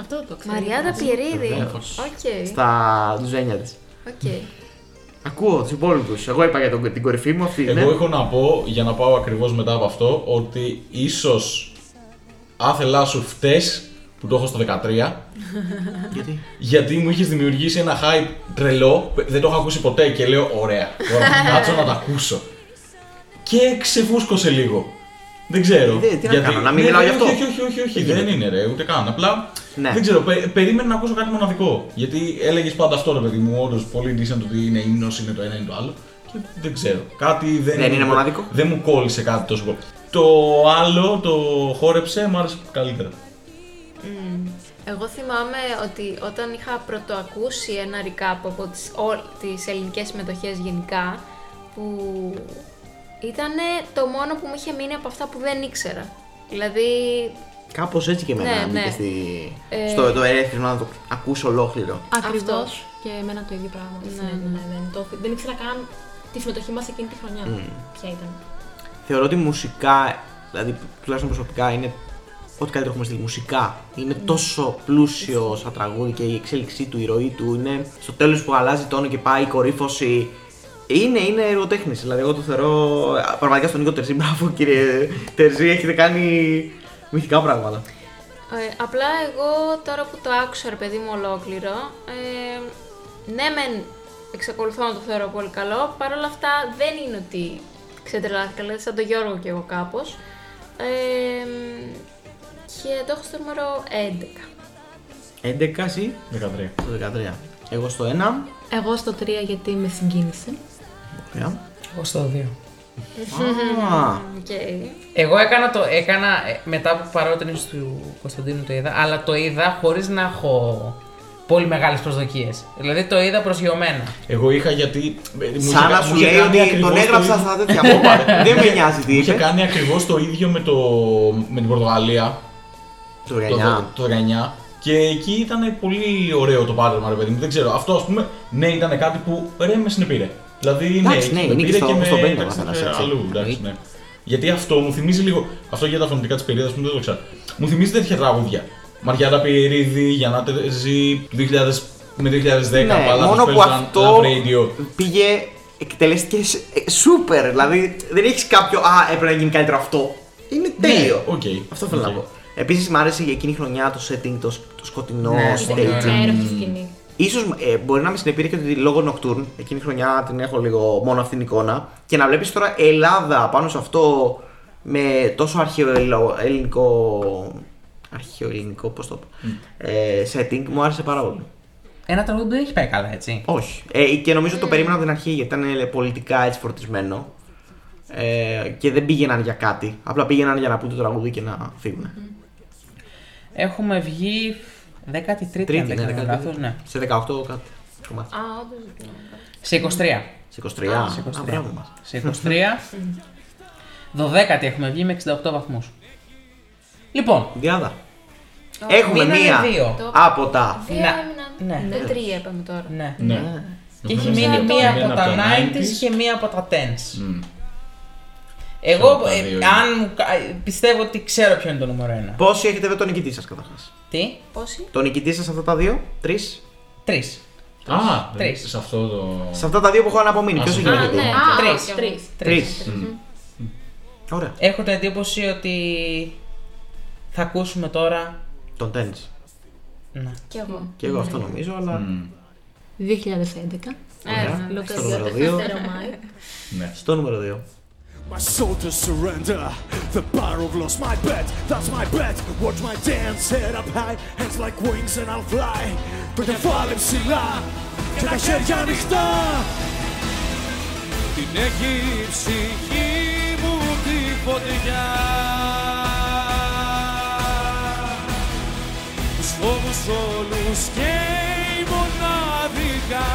Αυτό το ξέρω.
Μαριάντα Πιερίδη. Οκ.
Βεβαίως.
Ε.
Στα ντουζένια της.
Οκ.
Ακούω τους υπόλοιπους. Εγώ είπα για τον, την κορυφή μου αυτή. ναι.
Εγώ έχω να πω, για να πάω ακριβώς μετά από αυτό, ότι ίσως άθελά σου φτε που το έχω στο 13,
Γιατί.
γιατί μου είχες δημιουργήσει ένα hype τρελό, δεν το έχω ακούσει ποτέ και λέω: Ωραία, τώρα να κάτσω να τα ακούσω. Και ξεφούσκωσε λίγο. Δεν ξέρω.
Δεν- Ε, τι να κάνω, να μην
Ναι,
μιλάω
ναι,
γι' αυτό. Ε,
Όχι, όχι, όχι, όχι, δεν είναι ρε, ούτε καν. Απλά
Ναι.
δεν ξέρω, πε- περίμενα να ακούσω κάτι μοναδικό. Γιατί έλεγες πάντα αυτό ρε παιδί μου, όντως πολύ decent ότι είναι ύμνο, είναι το ένα, είναι το άλλο. Και δεν ξέρω. Κάτι δεν,
Δεν είναι μοναδικό.
Δεν μου κόλλησε κάτι τόσο πολύ. Το άλλο, το χόρεψε, μου άρεσε καλύτερα.
Εγώ θυμάμαι ότι όταν είχα πρωτοακούσει ένα recap από τις, ό, τις ελληνικές συμμετοχές γενικά που ήταν το μόνο που μου είχε μείνει από αυτά που δεν ήξερα. Δηλαδή,
Κάπως έτσι και εμένα
Ναι,
μπήκε
ναι.
στη...
Ε,
στο το ερέθισμα να το ακούσω ολόκληρο.
Ακριβώς.
Αυτός.
Και εμένα το ίδιο πράγμα.
Ναι,
Ναι, ναι, δεν, το, δεν ήξερα καν τη συμμετοχή μας εκείνη τη χρονιά. Ποια ήταν.
Θεωρώ ότι μουσικά, δηλαδή τουλάχιστον προσωπικά, είναι ό,τι καλύτερο έχουμε στείλει. Μουσικά είναι τόσο πλούσιο σαν τραγούδι και η εξέλιξή του, η ροή του είναι στο τέλος που αλλάζει τόνο και πάει η κορύφωση. Είναι, είναι εργοτέχνη. Δηλαδή, εγώ το θεωρώ. α, Πραγματικά στον Νίκο Τερζή, [laughs] μπράβο κύριε Τερζή, έχετε κάνει μυθικά πράγματα.
ε, απλά εγώ τώρα που το άκουσα ρε παιδί μου ολόκληρο, ε, ναι μεν εξακολουθώ να το θεωρώ πολύ καλό, παρόλα αυτά δεν είναι ότι ξετρελάθηκα, δηλαδή σαν τον Γιώργο και εγώ κάπως. Ε, και το έχω στο νούμερο 11.
11 εσύ,
13.
το 13. Εγώ στο 1.
Εγώ στο 3 γιατί με συγκίνησε.
[laughs]
Ωραία.
Εγώ στο δύο.
Α,
Okay.
Εγώ έκανα το. Έκανα ε, μετά που παρότρινση του Κωνσταντίνου το είδα, αλλά το είδα χωρίς να έχω πολύ μεγάλες προσδοκίες. Δηλαδή το είδα προσγειωμένα.
Εγώ είχα γιατί. ε, μου είχε
Σαν να
κα-
σου
μου είχε
λέει
κάνει
ότι
ακριβώς
τον
το
έγραψα
ίδιο.
στα τέτοια
[laughs]
μόμπα. Δεν με νοιάζει τι
Μου είχε
είπε.
κάνει ακριβώς το ίδιο με, το, με την Πορτογαλία
Το 19.
το, το 19. Και εκεί ήταν πολύ ωραίο το πάρεμα, ρε παιδί μου. Δεν ξέρω. Αυτό ας πούμε, ναι, ήταν κάτι που ρε με συνεπήρε. Δηλαδή, ναι,
Εντάξει, ναι,
με
είναι και
πήρε
στο-
με
στο πένταγμα,
έταξε
θα τα
σε
σέξει.
Αλλού, εντάξει, ναι. Γιατί αυτό μου θυμίζει λίγο. Αυτό για τα φωνητικά της περίοδος που δεν το ξέρω. Μου θυμίζει τέτοια τραγούδια. Μαριάτα Πιερίδη, Γιάννα Τερζή, 2000 με 2010
Ναι,
παλάτες
μόνο που
παίζαν,
αυτό
Love Radio.
πήγε, εκτελέστηκε σ- ε, σούπερ. Δηλαδή δεν έχεις κάποιο Α, έπρεπε να γίνει καλύτερο αυτό. Είναι τέλειο.
οκ.
Ναι, Αυτό θέλω να
Οκ.
πω. Επίσης, μου άρεσε για εκείνη η χρονιά το setting, το, σκ- το σκοτεινό
Ναι,
staging.
Ήταν μια υπέροχη σκηνής.
Ίσως ε, μπορεί να με συνεπήρε και ότι λόγω Nocturne, εκείνη η χρονιά την έχω λίγο μόνο αυτήν την εικόνα. Και να βλέπεις τώρα Ελλάδα πάνω σε αυτό με τόσο αρχαίο ελλο- ελληνικό. Αρχαίο ελληνικό, πώς το πω. Ε, setting, μου άρεσε πάρα πολύ.
Ένα τραγούδι που δεν έχει πάει καλά, έτσι.
Όχι. Ε, και νομίζω το περίμενα από την αρχή γιατί ήταν ε, πολιτικά έτσι φορτισμένο. Ε, και δεν πήγαιναν για κάτι. Απλά πήγαιναν για να πούν το τραγούδι και να φύγουν.
Έχουμε βγει 13η, αν δεν
ναι,
κάνω
δεκατρίτη.
λάθος, Ε, ναι.
Σε 18 κάτι. κομμάτια.
Α, όντως ναι. δεν θυμάμαι.
Σε 23.
Σε 23. Α,
Σε 23.
μπράβο μας.
Σε 23. 12η έχουμε βγει με 68 βαθμούς. Λοιπόν,
Διάδα. Έχουμε
μείνανε
μία
δύο.
από τα.
Δύο
Να-
έμειναν.
ναι.
Ναι, τρία είπαμε τώρα.
ναι.
Ναι.
Και έχει
Νομίζω
μείνει
ότι
μία
είναι
από τα 90s και μία από τα 10s. Εγώ
Ξέρω τα
ε,
δύο είναι.
αν, μου κα- ε, πιστεύω ότι ξέρω ποιο είναι το νούμερο 1.
Πόσοι έχετε βρει τον νικητή σας καταρχάς.
Τι,
Πόσοι?
Τον νικητή σας αυτά τα δύο, τρεις.
τρεις.
Α,
Τρεις.
σε αυτό το.
Σε αυτά τα δύο που έχω αναπομείνει.
Α,
Ποιος
σε
είναι
δύο.
νικητή.
ναι.
Α,
Τρεις.
όχι, τρεις.
Τρεις. Ωραία.
Έχω την εντύπωση ότι θα ακούσουμε τώρα.
Τον τέννη.
Ναι.
Κι εγώ.
Και εγώ αυτό νομίζω, αλλά.
2011.
Ωραία. Ναι,
Λούκα,
Ε,
Στο νούμερο Ε,
Γιώργο,
2.
Τερομάι.
Ναι.
Στο νούμερο 2.
My soul to surrender. The power of loss, my bet, that's my bet. Watch my dance, head up high, hands like wings and I'll fly. Το κεφάλι ψηλά και τα χέρια ανοιχτά. Την έχει η ψυχή μου τη φωτιά. Τους φόβους όλους και η μοναδικά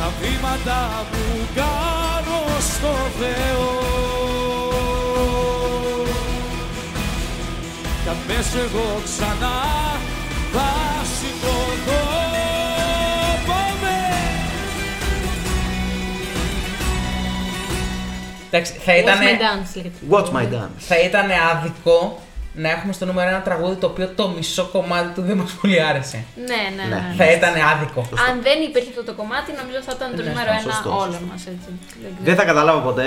τα βήματα που κάνω στο Θεό. Κι αν πέσω εγώ ξανά θα σηκωθώ. Πάμε!
Εντάξει, θα
Watch
ήταν.
my dance λέγεται.
Watch my dance.
θα ήταν άδικο να έχουμε στο νούμερο ένα τραγούδι το οποίο το μισό κομμάτι του δεν μας πολύ άρεσε.
Ναι, ναι,
Ναι.
ναι.
Θα ήταν άδικο.
Αν δεν υπήρχε αυτό το κομμάτι, νομίζω θα ήταν το
Ναι,
νούμερο ένα
σωστό,
όλων
σωστό.
μας. έτσι. Δεν ξέρω.
Δεν θα καταλάβω ποτέ,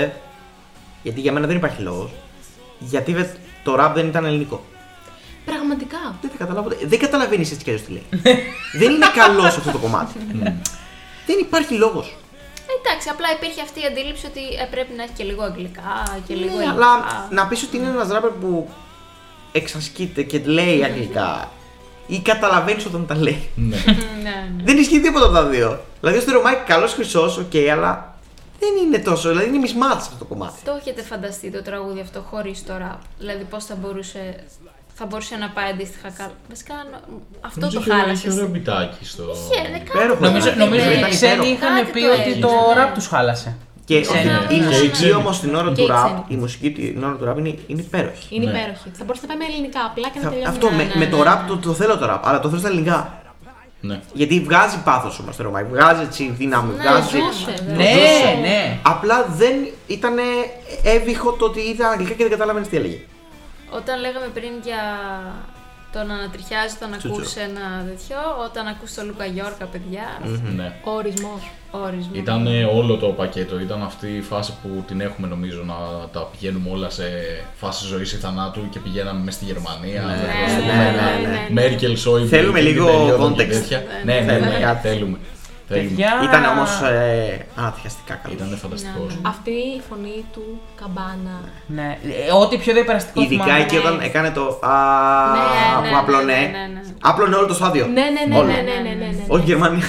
γιατί για μένα δεν υπάρχει λόγος, γιατί δεν- το ραπ δεν ήταν ελληνικό.
Πραγματικά.
Δεν θα καταλάβω ποτέ. Δεν καταλαβαίνεις έτσι κι αλλιώς τι λέει. δεν είναι καλός αυτό το κομμάτι. δεν υπάρχει λόγος.
Ε, Εντάξει, απλά υπήρχε αυτή η αντίληψη ότι ε, πρέπει να έχει και λίγο αγγλικά και λίγο
Ναι,
ελληνικά.
αλλά να πεις ότι είναι ένας ράπερ που εξασκείται και λέει αγγλικά ή καταλαβαίνεις όταν τα λέει.
Ναι.
Ναι, ναι.
δεν ισχύει τίποτα από τα δύο. Δηλαδή ο Στερομάικ καλός χρυσός, οκ, αλλά δεν είναι τόσο. Δηλαδή είναι mismatch αυτό το κομμάτι.
Το έχετε φανταστεί το τραγούδι αυτό χωρίς το ραπ. Δηλαδή, πώς θα μπορούσε, θα μπορούσε να πάει αντίστοιχα κάπου. Βασικά, νο- αυτό
Νομίζω
το
είχε
ναι,
ωραίο-
χάλασες.
είχε ωραίο μπιτάκι στο.
ναι.
Χαίρε, κάτι
Υπέροχο
το
Νομίζω-
Νομίζω, νομίζω
έκανε.
ότι οι
ήταν
ξένοι
υπέροχο.
Κάτι
είχαν πει
το
ότι το
έγινε.
ραπ τους χάλασε.
Και όχι,
ξένοι.
η
Ναι,
μουσική
ναι, ναι.
όμως την ώρα
Και
του
οι
ραπ,
ξένοι.
η μουσική την ώρα του ραπ είναι, είναι υπέροχη.
Είναι
Ναι.
υπέροχη. Θα μπορούσε να πάει με ελληνικά απλά και να
Θα-
τελειώνει.
αυτό
Ναι,
με,
ναι,
με το
ναι,
ραπ
ναι.
το, το θέλω το ραπ, αλλά το θέλω στα ελληνικά.
Ναι.
Γιατί βγάζει πάθος ο Στερομάικ, βγάζει έτσι δύναμη,
Ναι,
βγάζει.
ζούσε,
το
βέβαια.
Ναι,
ζούσε.
ναι.
Απλά δεν ήταν έβυχο το ότι ήταν αγγλικά και δεν καταλάβαινε τι έλεγε.
Όταν λέγαμε πριν για το να ανατριχιάζει, το να
Τσούτσο.
ακούς ένα τέτοιο, όταν ακούς το Λούκα Γιώργα, παιδιά,
ναι.
Ο ορισμός.
όρισμα.
Ήταν όλο το πακέτο. Ήταν αυτή η φάση που την έχουμε νομίζω να τα πηγαίνουμε όλα σε φάση ζωής ή θανάτου και πηγαίναμε μέσα στη Γερμανία.
Ναι,
με
ναι,
το Στομένα,
ναι,
ναι.
Μέρκελ, Σόιμπλε.
Θέλουμε
εκείνη την
λίγο
περίοδο και
context.
τέτοια. Ναι, ναι,
Θέλουμε
ναι,
κάτι.
θέλουμε. Θέλουμε.
Παιδιά.
Ήταν όμως ε, ανατριχιαστικά καλό.
Ήταν φανταστικό.
Αυτή η φωνή του καμπάνα.
Ναι. Ε, Ό,τι πιο διαπεραστικό
Ειδικά
θυμάμαι. ναι.
ναι.
εκεί όταν έκανε το α,
Ναι, ναι,
που απλώνε.
ναι, ναι, ναι.
Απλώνε όλο το στάδιο.
Ναι, ναι, ναι,
Όλο.
ναι, ναι, ναι, ναι, ναι.
Όχι Γερμανία.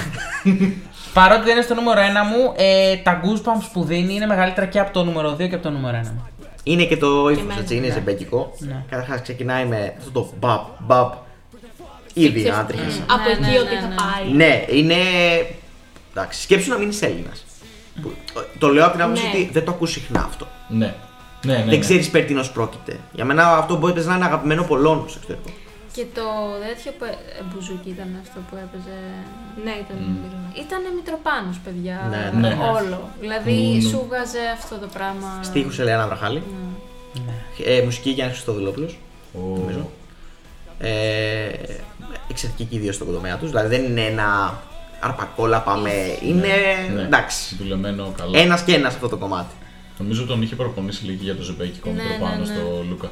Παρότι δεν είναι στο νούμερο 1 μου, ε, τα goosebumps που δίνει είναι μεγαλύτερα και από το νούμερο 2 και από το νούμερο 1 μου.
είναι και το ύφο
εμένα,
έτσι, είναι
ναι.
ζεμπέκικο.
Ναι.
Καταρχάς ξεκινάει με αυτό το μπαπ, μπαπ. Ήδη
Ξέρεις,
άντριχε.
μ, Από
Ναι, ναι,
εκεί ότι
ναι,
θα
ναι.
πάει.
Ναι, είναι. Εντάξει, σκέψου να μην είσαι Έλληνα. Το λέω από την άποψη
Ναι.
ότι δεν το ακούς συχνά αυτό.
Ναι. Ναι, ναι,
δεν
ναι.
ξέρεις περί τίνος πρόκειται. Για μένα αυτό μπορεί να είναι αγαπημένο πολλών στο εξωτερικό.
Και το τέτοιο που ε, μπουζούκι ήταν αυτό που έπαιζε.
Ναι, ήταν
Mm.
λίγο.
Ήταν Μητροπάνος, παιδιά.
Ναι,
ναι, ναι.
Όλο. Δηλαδή, σου βγάζε αυτό το πράγμα.
Στίχους Ελένα Βραχάλη. Ε, μουσική Γιάννη Χριστοδουλόπουλος.
Ο-
Ε, εξαιρετική και οι δύο στον τομέα τους. Δηλαδή δεν είναι ένα αρπακόλα πάμε. Είναι.
ναι.
εντάξει.
Δουλεμένο καλά.
Ένας και ένας αυτό το κομμάτι.
Νομίζω τον είχε προπονήσει λίγο για το ζεμπέκικο
Ναι, ναι,
πάνω
ναι.
στο Λούκα.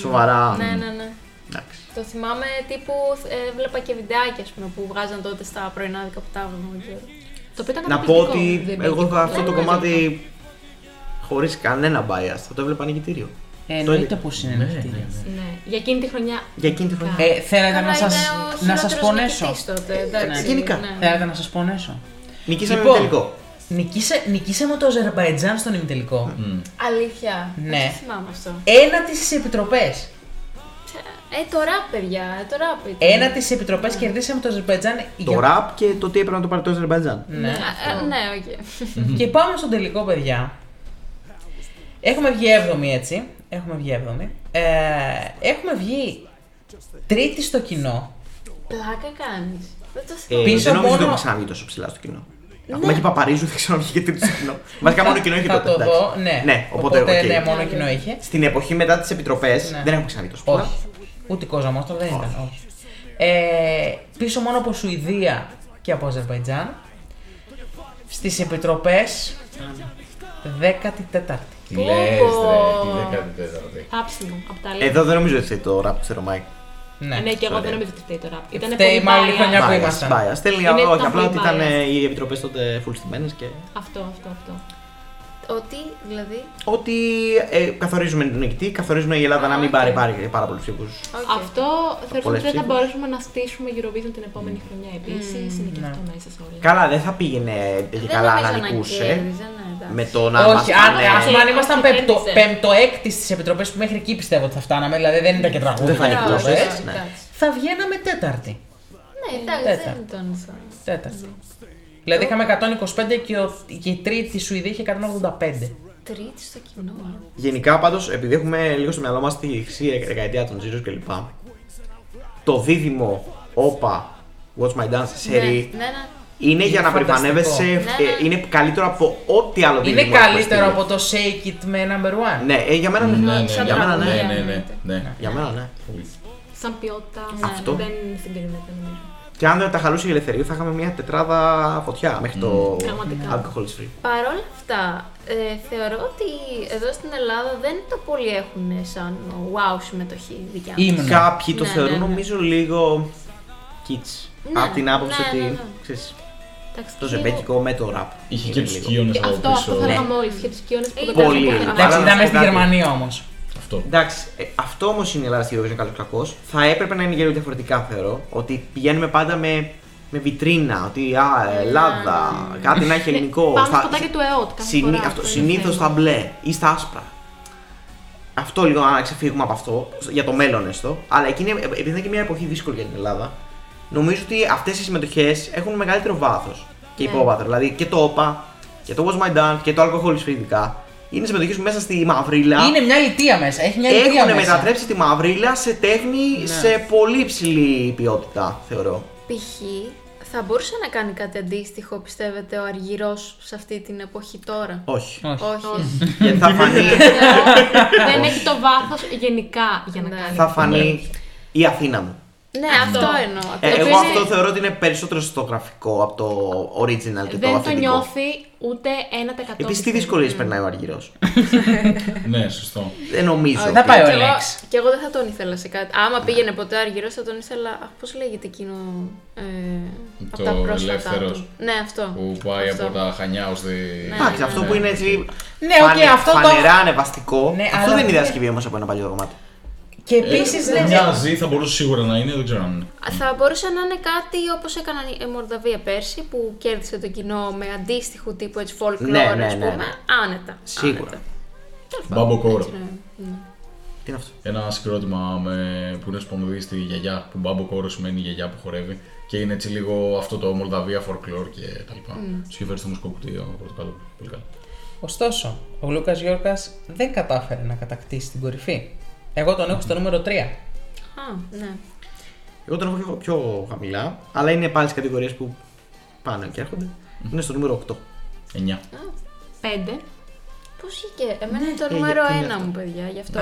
Σοβαρά.
Ναι, ναι, ναι.
Εντάξει.
Το θυμάμαι τύπου. Ε, βλέπα και βιντεάκια ας πούμε, που βγάζαν τότε στα πρωινάδικα που τάβαμε. δεν ξέρω.
Το οποίο ήταν
Να πω
καταπληκτικό,
ότι
δεν
εγώ
πήγε.
θα αυτό το
Ναι, ναι.
κομμάτι χωρίς κανένα bias θα το έβλεπα ανοιγητήριο.
Ε, εννοείται
Το-
πως είναι
Ναι,
ένα
ναι, ναι.
κτίριο.
Ναι, για εκείνη τη χρονιά.
Για εκείνη τη χρονιά.
Κα-
Ε, θέλετε
Καλά,
να σας,
ήταν ο
να σας
χειρότερος
πονέσω.
νικητής τότε, εντάξει,
Ναι. Γενικά.
ναι.
Θέλετε να σας πονέσω.
Νικήσαμε
Λοιπόν.
με τελικό.
Νικήσε, νικήσαμε το Αζερβαϊτζάν στον ημιτελικό.
Αλήθεια.
Ναι.
Δεν το θυμάμαι αυτό.
Ένα τη επιτροπέ.
Ε, το ραπ, παιδιά. ε, Το ραπ. ήταν.
Ένα τη επιτροπέ κερδίσαμε το Αζερβαϊτζάν.
Το ραπ και το τι έπρεπε να το πάρει το Αζερμπαϊτζάν.
Ναι.
Ε, ε, Ναι, οκ.
Και πάμε στον τελικό, παιδιά. Έχουμε βγει έβδομη, έτσι. Έχουμε βγει έβδομη. Ε, έχουμε βγει τρίτη στο κοινό.
Πλάκα κάνεις. Δεν το θυμάμαι.
Ε,
Πίσω
δεν νομίζω
μόνο- Ναι.
ότι έχουμε ξαναβγεί τόσο ψηλά στο κοινό. Ακόμα και Παπαρίζου [laughs] δεν ξέρω αν βγήκε τρίτη στο
[laughs]
κοινό. Βασικά μόνο κοινό είχε
Θα
τότε.
το
εντάξει.
δω, ναι.
Ναι, οπότε, οκ.
ναι, μόνο κοινό είχε.
Στην εποχή μετά τις επιτροπές
Ναι.
δεν έχουμε ξαναβγεί τόσο ψηλά.
Όχι. Ούτε κόσμο δεν ήταν. Όχι. Ε, πίσω μόνο από Σουηδία και από Αζερβαϊτζάν. Στις επιτροπές 14η.
Τι λες, ρε,
πω.
τη 14η.
Πάψιμο από τα λίγα.
Εδώ δεν νομίζω ότι το ραπ του Θερμαϊκ.
Ναι.
Ε, ναι, και εγώ δεν
ωραία.
νομίζω ότι φταίει τώρα. Ήταν
Φταίει
πολύ
μάλλον η
biased.
χρονιά που
Bias,
ήμασταν.
bias. Τέλεια, όχι,
Είναι ήταν
απλά
πολύ
ότι ήταν
biased.
ε, οι επιτροπές τότε full στημένες και.
Αυτό, αυτό, αυτό.
Ε.
Ότι, δηλαδή.
Ότι ε, καθορίζουμε τον νικητή, καθορίζουμε η Ελλάδα να μην πάρει, πάρει πάρα πολλούς ψήφους.
οκ.
Αυτό θεωρώ
Πολλές
ότι δεν θα
ψήφους.
μπορέσουμε να στήσουμε Eurovision την επόμενη χρονιά επίσης. Είναι και
ναι.
αυτό μέσα σε όλα.
Καλά, δεν θα πήγαινε και
Δεν
καλά ε. να
νομίζω
νικούσε.
κέρδιζε, ναι, εντάξει.
Με το να μας
Όχι, αν,
πάνε-
ας πούμε, αν
όχι,
ήμασταν
δεν
πέμπτο,
ξέρω.
πέμπτο-έκτη στις επιτροπές που μέχρι εκεί πιστεύω ότι θα φτάναμε, δηλαδή δεν ήταν και τραγούδι.
Δεν θα
ήταν ε.
νικούσες,
επιτροπές.
ναι.
εντάξει.
Θα βγαίναμε τέταρτη. Ε,
Ναι, εντάξει,
τέταρτη.
δεν τον ήθελα.
Τέταρτη. Δηλαδή είχαμε 125 και, ο, και η τρίτη Σουηδία είχε 185.
Τρίτη στο κοινό.
Γενικά πάντως, επειδή έχουμε λίγο στο μυαλό μας τη χρυσή δεκαετία των Zeros κλπ. Το δίδυμο όπα Watch My Dance
Ναι,
σερί
ναι, ναι.
είναι για να
φανταστικό.
περηφανεύεσαι.
Ναι,
ε, Είναι καλύτερο από ό,τι άλλο δίδυμο.
Είναι
έχουμε
καλύτερο
στείλει.
από το Shake It με number one.
Ναι, ε, για μένα ναι.
Ναι, ναι,
σαν
για μένα
τραγουδία
ναι, ναι, ναι,
εννοείται.
ναι.
Για μένα ναι.
Πολύ.
Σαν ποιότητα
Αυτό.
ναι, δεν συγκρίνεται νομίζω.
Και αν δεν τα χαλούσε η ελευθερία, θα είχαμε μια τετράδα φωτιά μέχρι το
Πραγματικά.
alcohol is free.
Παρ' όλα αυτά, ε, θεωρώ ότι εδώ στην Ελλάδα δεν το πολύ έχουν σαν wow συμμετοχή δικιά μας.
Ήμουν.
Κάποιοι το
Ναι,
θεωρούν
ναι, ναι.
νομίζω λίγο kids.
Ναι,
Απ' την άποψη
ναι,
ότι.
ναι, ναι.
ξέρεις,
Εντάξει,
το
λίγο-
ζεμπέκικο με το ραπ.
Είχε και
Είναι
του
λίγο.
κύονε
Και
από
Αυτό, αυτό
πίσω.
θα
Ναι.
έλεγα όλοι. Και του κοιόνε που
Ήταν
κοντά
πολύ.
που
Αλλά
Εντάξει,
να
ήταν.
ήταν-
ήταν
σου πω
στη
κάτι.
Γερμανία όμως.
Αυτό.
Εντάξει, ε, αυτό όμως είναι η Ελλάδα στη Eurovision καλός κακός. Θα έπρεπε να είναι λίγο διαφορετικά θεωρώ. Ότι πηγαίνουμε πάντα με, με βιτρίνα. Ότι α, Ελλάδα, κάτι να έχει ελληνικό.
Ναι, Πάμε
στα-
στο ποτάκι του ΕΟΤ. κάθε
Συνή,
φορά,
αυτό,
είναι
συνήθως στα
θέμα.
μπλε ή στα άσπρα. Αυτό λίγο να ξεφύγουμε από αυτό, για το μέλλον έστω. Αλλά εκείνη, ε, επειδή είναι και μια εποχή δύσκολη για την Ελλάδα, νομίζω ότι αυτές οι συμμετοχές έχουν μεγαλύτερο βάθος και
Ναι.
υπόβαθρο. Δηλαδή και το όπα και το What's My Dance και το Alcohol is Free ειδικά. Είναι συμμετοχέ που μέσα στη μαυρίλα
Είναι μια λιτία μέσα. Έχει μια λιτία
έχουν
Ε, μέσα. Ναι.
μετατρέψει τη μαυρίλα σε τέχνη σε πολύ υψηλή ποιότητα, θεωρώ.
Π.χ. θα μπορούσε να κάνει κάτι αντίστοιχο, πιστεύετε, ο Αργυρός σε αυτή την εποχή τώρα.
Όχι.
Όχι.
Όχι.
Γιατί θα φανεί,
[laughs]
[laughs] Δεν έχει το βάθος γενικά για να
Ναι.
κάνει.
θα φανεί η Αθήνα μου.
ναι,
Αυτό.
αυτό εννοώ.
Ε,
Το
εγώ
οποίο
αυτό
είναι-
θεωρώ ότι είναι περισσότερο στο γραφικό από το original και το
Δεν το
αυθεντικό.
νιώθει ούτε 1%.
Επίσης, τι
πιστεύω.
δυσκολίε περνάει ο Αργυρός.
Ναι, σωστό.
Δεν νομίζω.
Θα πάει ο
Κι εγώ,
Λέξ.
κι εγώ δεν θα τον ήθελα σε κάτι. Άμα πήγαινε ποτέ ο Αργυρός θα τον ήθελα. Αχ, πώς λέγεται εκείνο. Ε, από
Το
τα πρόσφατα.
Ελεύθερος.
Του. Ναι, αυτό.
Που πάει
Αυτό. Ναι,
από τα χανιά ως τη.
Εντάξει, αυτό που είναι έτσι.
Ναι, οκ, αυτό το-
φανερά ανεβαστικό.
Ναι,
αυτό
αλλά
δεν είναι
δεν-
διασκευή όμως από ένα παλιό κομμάτι.
Και ναι, επίση δεν.
Μοιάζει, Ε, θα μπορούσε σίγουρα να είναι, δεν ξέρω αν είναι.
Θα μπορούσε να είναι κάτι όπως έκαναν η Μορδαβία πέρσι που κέρδισε το κοινό με αντίστοιχο τύπου έτσι folklore
Ναι, ναι, ναι,
ας πούμε.
ναι.
Άνετα.
Σίγουρα.
ναι.
άνετα.
Μπάμπο Κόρ.
Τι είναι αυτό.
Ένα συγκρότημα με... που είναι σπονδί στη γιαγιά. Που μπάμπο κόρο σημαίνει γιαγιά που χορεύει. Και είναι έτσι λίγο αυτό το Μολδαβία folklore και τα λοιπά. Σου ευχαριστώ μου σκοπτή, πορτοκαλί. Πολύ καλό.
Ωστόσο, ο Λούκας Γιώργας δεν κατάφερε να κατακτήσει την κορυφή. Εγώ τον έχω στο νούμερο 3.
Α, ναι.
Εγώ τον έχω πιο- πιο χαμηλά, αλλά είναι πάλι στις κατηγορίες που πάνε και έρχονται. Είναι στο νούμερο 8.
9.
Πέντε.
Πώς βγήκε, εμένα είναι το
Ε,
νούμερο
γιατί είναι
ένα
αυτό.
μου παιδιά, γι' αυτό.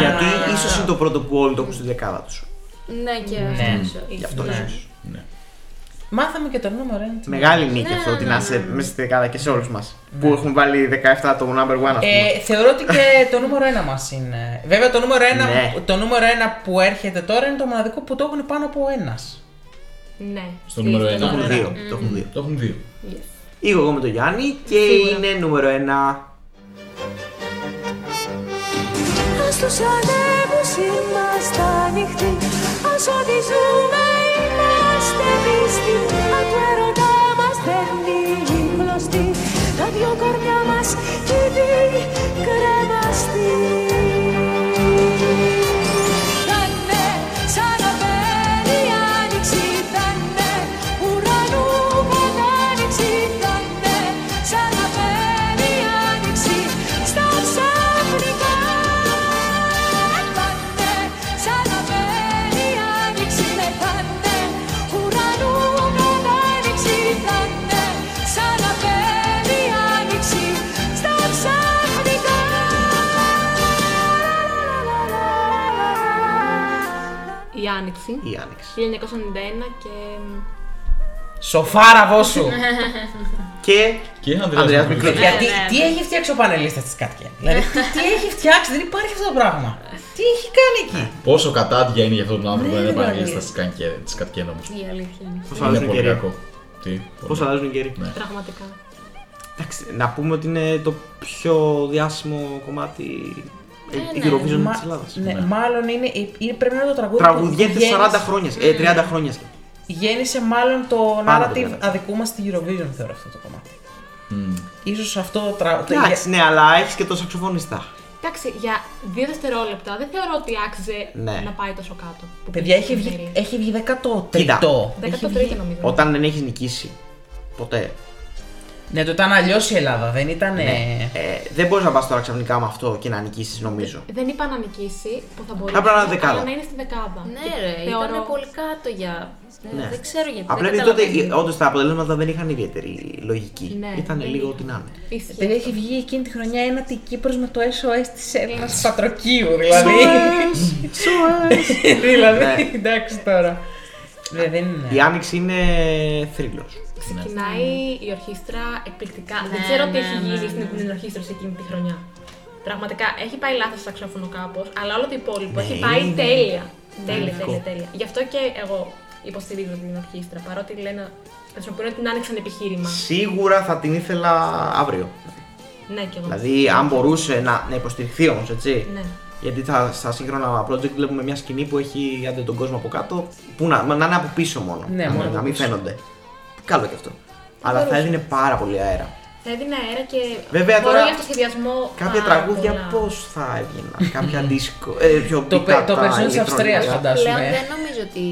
Γιατί ίσως είναι το πρώτο που όλοι το έχουν στη δεκάδα τους.
Ναι και αυτό.
Γι' αυτό ίσως.
Ναι.
Μάθαμε και το νούμερο 1.
Μεγάλη νίκη αυτό ότι να είσαι μέσα στη δεκάδα και σε όλους μας. Που έχουν βάλει 17 το number one, ας πούμε.
Ε, θεωρώ ότι και το νούμερο 1 μας είναι. Βέβαια, το νούμερο 1
Ναι.
το νούμερο ένα που έρχεται τώρα είναι το μοναδικό που το έχουν πάνω από ένας.
Ναι.
Στο νούμερο
Στη-
ένα.
Το έχουν
Ωραία.
δύο. Το έχουν δύο.
Το έχουν δύο.
Είμαι εγώ με τον Γιάννη και είναι νούμερο 1.
Αν στους ανέμους είμαστε ανοιχτοί Ας ό,τι ζούμε είμαστε πιστοί Αν του έρωτά μας παίρνει η κλωστή Τα δυο κορμιά μας ήδη κρεμαστεί Θα είναι σαν να μπαίνει η άνοιξη Θα είναι ουρανού κατάνοιξη Θα είναι σαν να μπαίνει η άνοιξη Στα ξαφνικά Πάνε σαν να μπαίνει η άνοιξη Πάνε ουρανού κατάνοιξη Πάνε σαν να μπαίνει η άνοιξη Στα ξαφνικά
Η Άνοιξη.
Η Άνοιξη.
1991 και.
Σοφάραβό σου!
Και
Και
Ανδρέας
Ανδρέας Μικρός.
Μικρός.
Γιατί τι έχει φτιάξει ο πανελίστας της Κάτια. Δηλαδή, τι, τι έχει φτιάξει, δεν υπάρχει αυτό το πράγμα. Τι έχει κάνει
Ναι,
εκεί.
Πόσο κατάντια είναι για αυτόν τον άνθρωπο
Ναι,
να είναι
ρε,
επαγγελματία
Μαρία.
τη κατκένα μου.
Η αλήθεια είναι.
Πώς
Είναι
αλλάζουν
πολύ
καιροί.
κακό. Τι.
Πώ
πολύ.
αλλάζουν καιροί.
Ναι.
Πραγματικά.
Εντάξει, να πούμε ότι είναι το πιο διάσημο κομμάτι ε,
ναι,
Eurovision
Μα-
της Ελλάδας.
ναι,
Ναι.
Μάλλον είναι, είναι, πρέπει να είναι το τραγούδι. που
Τραγουδιέται
γέννησε-
40 χρόνια, ε, 30 χρόνια. σχεδόν.
Γέννησε μάλλον το
Πάνω από
narrative
30.
αδικού μα στη Eurovision, θεωρώ αυτό το κομμάτι.
Μμμ.
Ίσως αυτό το τραγούδι.
Εντάξει, ναι, αλλά έχεις και το σαξοφωνιστά.
Εντάξει, για δύο δευτερόλεπτα δεν θεωρώ ότι άξιζε
Ναι.
να πάει τόσο κάτω. Που
Παιδιά,
πήγε
έχει βγει,
στην τέλη.
έχει βγει 13ο.
Κοίτα.
Έχει βγει-
13ο νομίζω.
Όταν δεν έχεις νικήσει. Ποτέ.
Ναι, το ήταν αλλιώς η Ελλάδα, δεν ήταν.
Ναι. Ε, δεν μπορείς να πας τώρα ξαφνικά με αυτό και να νικήσεις, νομίζω.
Δεν είπα να νικήσει που θα μπορούσε.
Θα πρέπει να είναι δεκάδα.
αλλά να είναι στη δεκάδα.
Ναι,
Και
ρε, ήταν πολύ κάτω για.
Ναι.
Δεν ξέρω γιατί.
Απλά
δεν
επειδή τότε
καταλαβαίνω.
όντως τα αποτελέσματα δεν είχαν ιδιαίτερη λογική.
Ναι,
Ήταν
δεν
λίγο
είχαν.
ό,τι να είναι.
Ίσχυε
Παιδιά,
αυτό.
έχει βγει εκείνη τη χρονιά ένα τη Κύπρος με το SOS της Έλληνας Πατροκίου, δηλαδή. [laughs] δηλαδή,
Ναι.
εντάξει τώρα. Ναι, δεν είναι.
Η άνοιξη είναι θρύλο.
Ξεκινάει η ορχήστρα εκπληκτικά.
Ναι,
δεν ξέρω
ναι,
τι έχει
ναι,
γίνει
ναι.
στην την ορχήστρα σε εκείνη τη χρονιά. Πραγματικά έχει πάει λάθος το σαξόφωνο κάπω, αλλά όλο το υπόλοιπο
Ναι,
έχει πάει
είναι-
τέλεια. τέλεια,
Μαγικό.
τέλεια, τέλεια. Γι' αυτό και εγώ υποστηρίζω την ορχήστρα. Παρότι λένε, χρησιμοποιούν ότι την άνοιξαν επιχείρημα.
Σίγουρα θα την ήθελα αύριο.
Ναι, και εγώ.
Δηλαδή, αν μπορούσε να, να υποστηριχθεί όμως, έτσι.
Ναι.
Γιατί τα, στα σύγχρονα project βλέπουμε μια σκηνή που έχει άντε τον κόσμο από κάτω, που να, να είναι από πίσω μόνο.
Ναι,
να,
μόνο
να
από
μην
πίσω.
φαίνονται. Καλό και αυτό. Αλλά θα έδινε πάρα πολύ αέρα.
Θα έδινε αέρα και
Βέβαια,
χώρο
τώρα,
για το σχεδιασμό.
Κάποια
πάρα
τραγούδια
πολλά.
πώς θα
[laughs]
έβγαιναν. κάποια δίσκο. Ε, πιο
Το πε- το περισσότερο της Αυστρίας, φαντάζομαι.
Πλέον
ε.
δεν νομίζω ότι.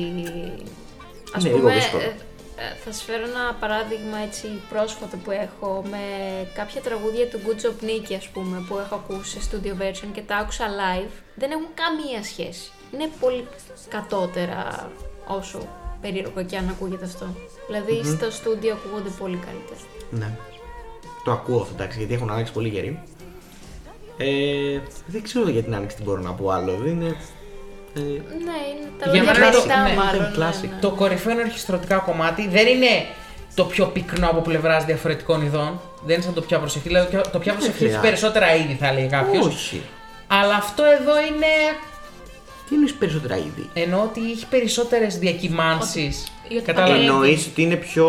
Ας
Ναι,
Είναι λίγο
πούμε,
δύσκολο.
ε, ε, θα σας φέρω ένα παράδειγμα έτσι πρόσφατο που έχω με κάποια τραγούδια του Good Job Nicky ας πούμε που έχω ακούσει σε studio version και τα άκουσα live δεν έχουν καμία σχέση. Είναι πολύ κατώτερα όσο περίεργο και αν ακούγεται αυτό. Δηλαδή, στο στούντιο ακούγονται πολύ καλύτερα.
Ναι. Το ακούω αυτό εντάξει, γιατί έχουν αλλάξει πολύ καιροί. Ε, δεν ξέρω για την άνοιξη τι μπορώ να πω άλλο. Δεν είναι. Ε,
Ναι, είναι τα
Για
λόγια
μένα το-
κλειστά
ναι,
μάλλον.
ήταν classic.
ναι.
Το κορυφαίο είναι ορχιστρωτικά κομμάτι. Δεν είναι το πιο πυκνό από πλευράς διαφορετικών ειδών. Δεν είναι σαν το πιο προσευχή. Δηλαδή, το πιο- το πιο προσευχή έχει
χρειάζεται.
περισσότερα είδη, θα λέει κάποιος.
όχι.
Αλλά αυτό εδώ είναι.
Τι εννοείς περισσότερα είδη.
Εννοώ ότι έχει περισσότερες διακυμάνσεις.
Ότι- ότι
Κατάλαβε.
Ε,
Εννοείς ότι είναι πιο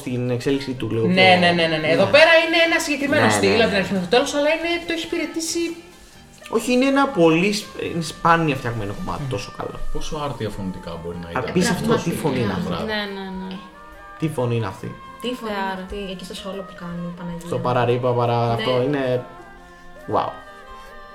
στην εξέλιξή του λίγο.
Ναι,
πιο-
ναι, ναι, ναι, ναι. Εδώ πέρα είναι ένα συγκεκριμένο
Ναι,
στυλ
ναι,
από την
ναι.
αρχή μέχρι το τέλος, αλλά είναι, το έχει υπηρετήσει.
Όχι, είναι ένα πολύ σπ- είναι σπάνια φτιαγμένο κομμάτι, τόσο καλό.
Πόσο άρτια φωνητικά μπορεί να ήταν.
Απίστευτο,
Τόσο
τι φωνή είναι αυτή.
μπράβο.
Ναι, ναι, ναι.
Τι φωνή είναι αυτή.
Τι φωνή,
Θεάρα.
τι, εκεί στο σόλο που κάνει η Παναγία.
Στο παραρίπα, παρά
Ναι.
αυτό είναι. Wow.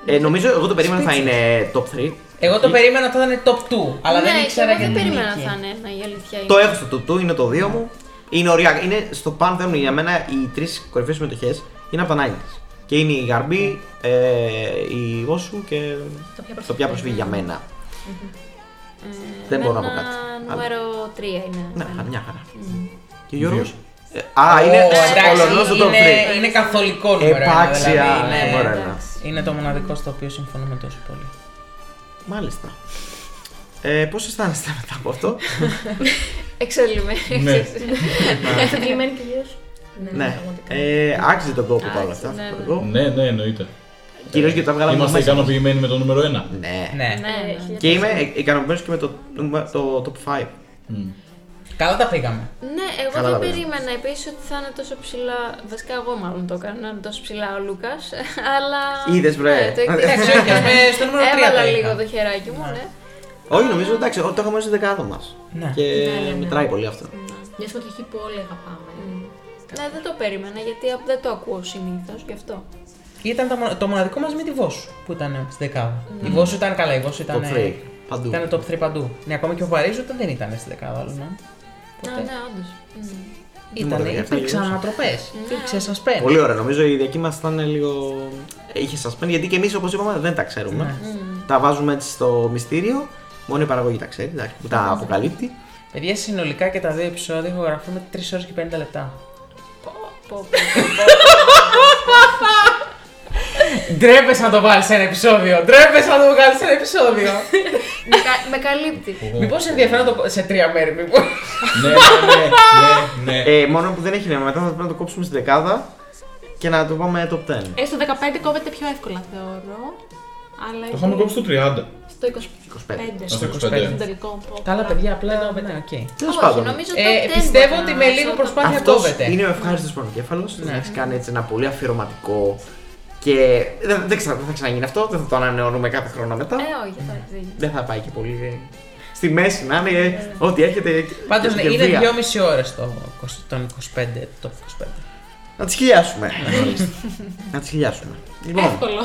Ε, νομίζω εγώ το περίμενα θα είναι top 3.
Εγώ το περίμενα ότι θα ήταν top 2, αλλά
ναι,
δεν
και
ήξερα
εγώ
γιατί.
δεν περίμενα θα είναι ένα, η αλήθεια είναι.
Το έχω στο τουτού, είναι το 2 μου. Είναι ωραία. Είναι στο pantheon για μένα οι τρεις κορυφαίε συμμετοχές είναι από τα 90s. Και είναι η Γαρμπή, ε, η Όσου και
Το πια
το πια προσφύγει για μένα. Δεν μπορώ να πω κάτι.
Νούμερο 3 είναι.
Ναι,
εμένα.
μια χαρά. Και ο Γιώργος. Ε, Α,
Ω,
είναι
Ναι, εντάξει,
ολονός το top 3.
είναι, είναι καθολικό νούμερο. ένα,
Επάξια ναι, Ε,
δηλαδή,
νούμερο
είναι,
ένα.
είναι το μοναδικό στο οποίο συμφωνούμε τόσο πολύ.
Μάλιστα. Ε, Πώς αισθάνεστε μετά από αυτό,
Εξελιγμένη. [laughs]
Ναι.
Ε, Συγκεκριμένη κυρίως. Ναι,
Ναι.
πραγματικά.
Ε, Άξιζε τον κόπο παρόλα αυτά.
Άξιζε, ναι, ναι.
Ναι, ναι, εννοείται.
Κυρίως γιατί τα βγάλαμε
Είμαστε
μέσα.
ικανοποιημένοι με το νούμερο 1.
Ναι.
Ναι.
Ε,
Ναι, ναι.
Και είμαι ικανοποιημένος και με το, το top 5.
Καλά τα πήγαμε.
Ναι, εγώ
Καλά τα
δεν
πήγαμε.
περίμενα επίση ότι θα είναι τόσο ψηλά. Βασικά, εγώ μάλλον το έκανα, να είναι τόσο ψηλά ο Λούκας. [laughs] Αλλά.
Είδες, βρε. [laughs]
Ναι, το εκτίμησα.
Εντάξει, όχι, ας πούμε, στο νούμερο 3
Έβαλα
το είχα.
λίγο το χεράκι μου, ναι.
Όχι, νομίζω εντάξει, το έχουμε μέσα στην δεκάδα μας.
Ναι.
Και
Ναι, ναι, ναι.
μετράει πολύ αυτό.
Μια συμμετοχή που όλοι αγαπάμε.
Ναι, δεν το περίμενα γιατί απ- δεν το ακούω συνήθως γι' αυτό.
Ήταν τα μο- το μοναδικό μας με τη Βόσου που ήταν στη δεκάδα.
Ναι.
Η Βόσου ήταν καλά, η Βόσου ήταν.
Top three, παντού.
Ήταν top 3 παντού. Ναι, ακόμα και ο Παρίζου ήταν, δεν ήταν στη δεκάδα, άλλο ναι.
Α, ναι, όντω.
Ήταν,
Μόνο δεκαεφτά
υπήρξαν
η Βόσου.
ανατροπέ.
Ναι.
Υπήρξε
Ε,
σασπέν.
Πολύ ωραία, νομίζω η δική μας ήταν λίγο. ε, είχε σα πέντε, γιατί και εμείς όπως είπαμε δεν τα ξέρουμε.
Ναι.
Τα βάζουμε έτσι στο μυστήριο. Μόνο η παραγωγή τα ξέρει, εντάξει, που
Ναι.
τα αποκαλύπτει.
Παιδιά, συνολικά και τα δύο επεισόδια ηχογραφούν με 3 ώρες και 50 λεπτά. [laughs] Ντρέπεσαι να το βάλεις ένα επεισόδιο! Ντρέπεσαι να το βγάλεις ένα [laughs] επεισόδιο!
Με, κα- με καλύπτει.
Μήπω ενδιαφέρον να το. σε τρία μέρη, μήπως.
Ναι, ναι, ναι,
[laughs]
ναι.
Ε, μόνο που δεν έχει νόημα, μετά θα πρέπει να το κόψουμε στη
Ε,
δεκάδα και να το πάμε top 10.
Ε, στο 15 κόβεται πιο εύκολα θεωρώ. αλλά
Το είχαμε κόψει το 30.
στο 25.
ε,
25.
Στο 25.
Στον τελικό πω.
Τα άλλα παιδιά απλά.
Εννοώ,
Ναι, οκ.
Τέλος
Όχι,
πάντων.
νομίζω
Ε,
top 10
πιστεύω
μπορεί
ότι
να
με
είναι
λίγο
top
προσπάθεια
Αυτός
κόβεται.
είναι ο ευχάριστος πρωτοκέφαλος.
Ναι.
Ναι. Έχει κάνει έτσι ένα πολύ αφιερωματικό και δεν, δεν, ξα- δεν θα ξαναγίνει αυτό. Δεν θα το ανανεώνουμε κάθε χρόνο μετά.
Ε, όχι, εντάξει.
δεν θα πάει και πολύ. ε, Στη μέση να είναι ε, ό,τι έρχεται.
Πάντω
και- και
ναι, είναι
βία.
2,5 ώρες το, τον 25. Το 25.
Να τις χιλιάσουμε. να τις χιλιάσουμε. Λοιπόν,
Εύκολο.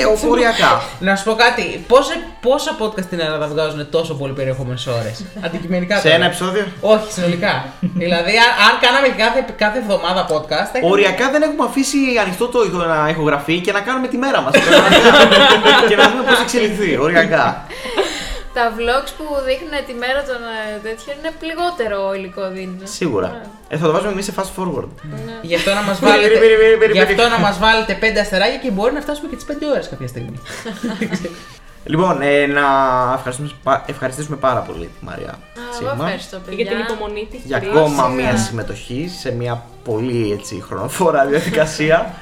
ε, οποριακά.
Να σου πω κάτι. Πόσα, πόσα podcast στην Ελλάδα βγάζουν τόσο πολύ περιεχόμενες ώρες. [laughs] Αντικειμενικά
σε
τώρα.
ένα επεισόδιο.
Όχι, [laughs] συνολικά. δηλαδή, αν, αν κάναμε κάθε, κάθε εβδομάδα podcast. θα είχαμε-
Οριακά δεν έχουμε αφήσει ανοιχτό το ηχο- να ηχογραφεί και να κάνουμε τη μέρα μας. και να δούμε πώς θα εξελιχθεί. Οριακά.
Τα vlogs που δείχνουν τη μέρα των ε, τέτοιων είναι πληγότερο υλικό δίνουν.
Σίγουρα. Ε, θα το βάζουμε εμείς σε fast forward.
Γι' αυτό να μας
Περι, περι, περι,
βάλετε,
περι,
γι αυτό
περι.
να μας βάλετε πέντε αστεράκια και μπορεί να φτάσουμε και τις 5 ώρες κάποια στιγμή.
Λοιπόν, ε, να ευχαριστήσουμε, πα- ευχαριστήσουμε πάρα πολύ τη Μαρία
Α, Εγώ
Τσίγμα
ευχαριστώ, παιδιά.
Για την υπομονή της.
για ακόμα μία συμμετοχή σε μία πολύ έτσι, χρονοφόρα
[laughs]
διαδικασία.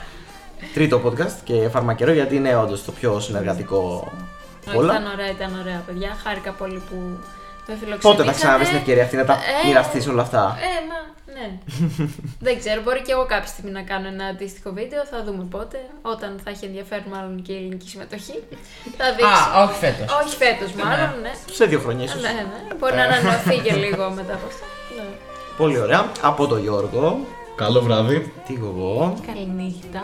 Τρίτο podcast και φαρμακερό γιατί είναι όντως το πιο συνεργατικό
Όχι,
από όλα.
Ήταν ωραία, ήταν ωραία, παιδιά. Χάρηκα πολύ που με φιλοξενήσατε.
Πότε θα ξαναβρει την ευκαιρία αυτή να τα
Ε,
μοιραστείς όλα αυτά.
Ε, μα,
[laughs]
ναι. Δεν ξέρω, μπορεί και εγώ κάποια στιγμή να κάνω ένα αντίστοιχο βίντεο. Θα δούμε πότε. Όταν θα έχει ενδιαφέρον, μάλλον και η ελληνική συμμετοχή. Θα δείξει.
Α, όχι φέτος.
Όχι φέτος, μάλλον, ναι.
Σε δύο χρόνια ίσως.
Ναι, ναι. Μπορεί να
Ε.
ανανεωθεί και λίγο μετά από
[laughs]
αυτό. Ναι.
Πολύ ωραία. Από τον Γιώργο.
Καλό βράδυ.
Τι εγώ.
Καληνύχτα.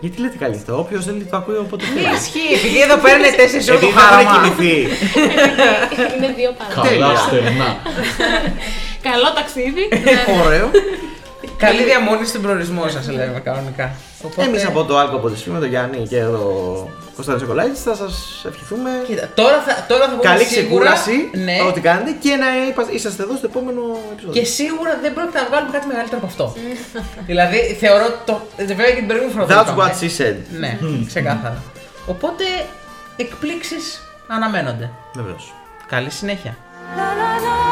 Γιατί λέτε καλύφτα, όποιος δεν το ακούει
Ναι,
όποτε θέλει.
Ισχύει, επειδή εδώ παίρνε 4 ώρε
Επειδή
το
δεν θα
χάραμα.
κοιμηθεί.
Ε, Είναι δύο παρά.
Καλά
Τέλεια.
στερνά.
Καλό ταξίδι.
[laughs]
Ναι,
Ωραίο.
Καλή διαμονή στον προορισμό σας, λέμε κανονικά. Οπότε-
Εμεί από το Άλκο Ποντεσφή με τον Γιάννη και τον Κωνσταντίνο Σοκολάκη θα σας ευχηθούμε.
Κοίτα, τώρα θα, τώρα θα πούμε
Καλή
σίγουρα-
ξεκούραση,
Ναι,
ό,τι κάνετε και να είπα- είσαστε εδώ στο επόμενο επεισόδιο.
και σίγουρα δεν πρόκειται να βγάλουμε κάτι μεγαλύτερο από [laughs] αυτό. δηλαδή, θεωρώ το. Βέβαια και την προηγούμενη φορά. το
That's
είπαμε.
what she said.
Ναι, ξεκάθαρα. Οπότε, εκπλήξεις αναμένονται.
Βεβαίως.
Καλή συνέχεια.
La la la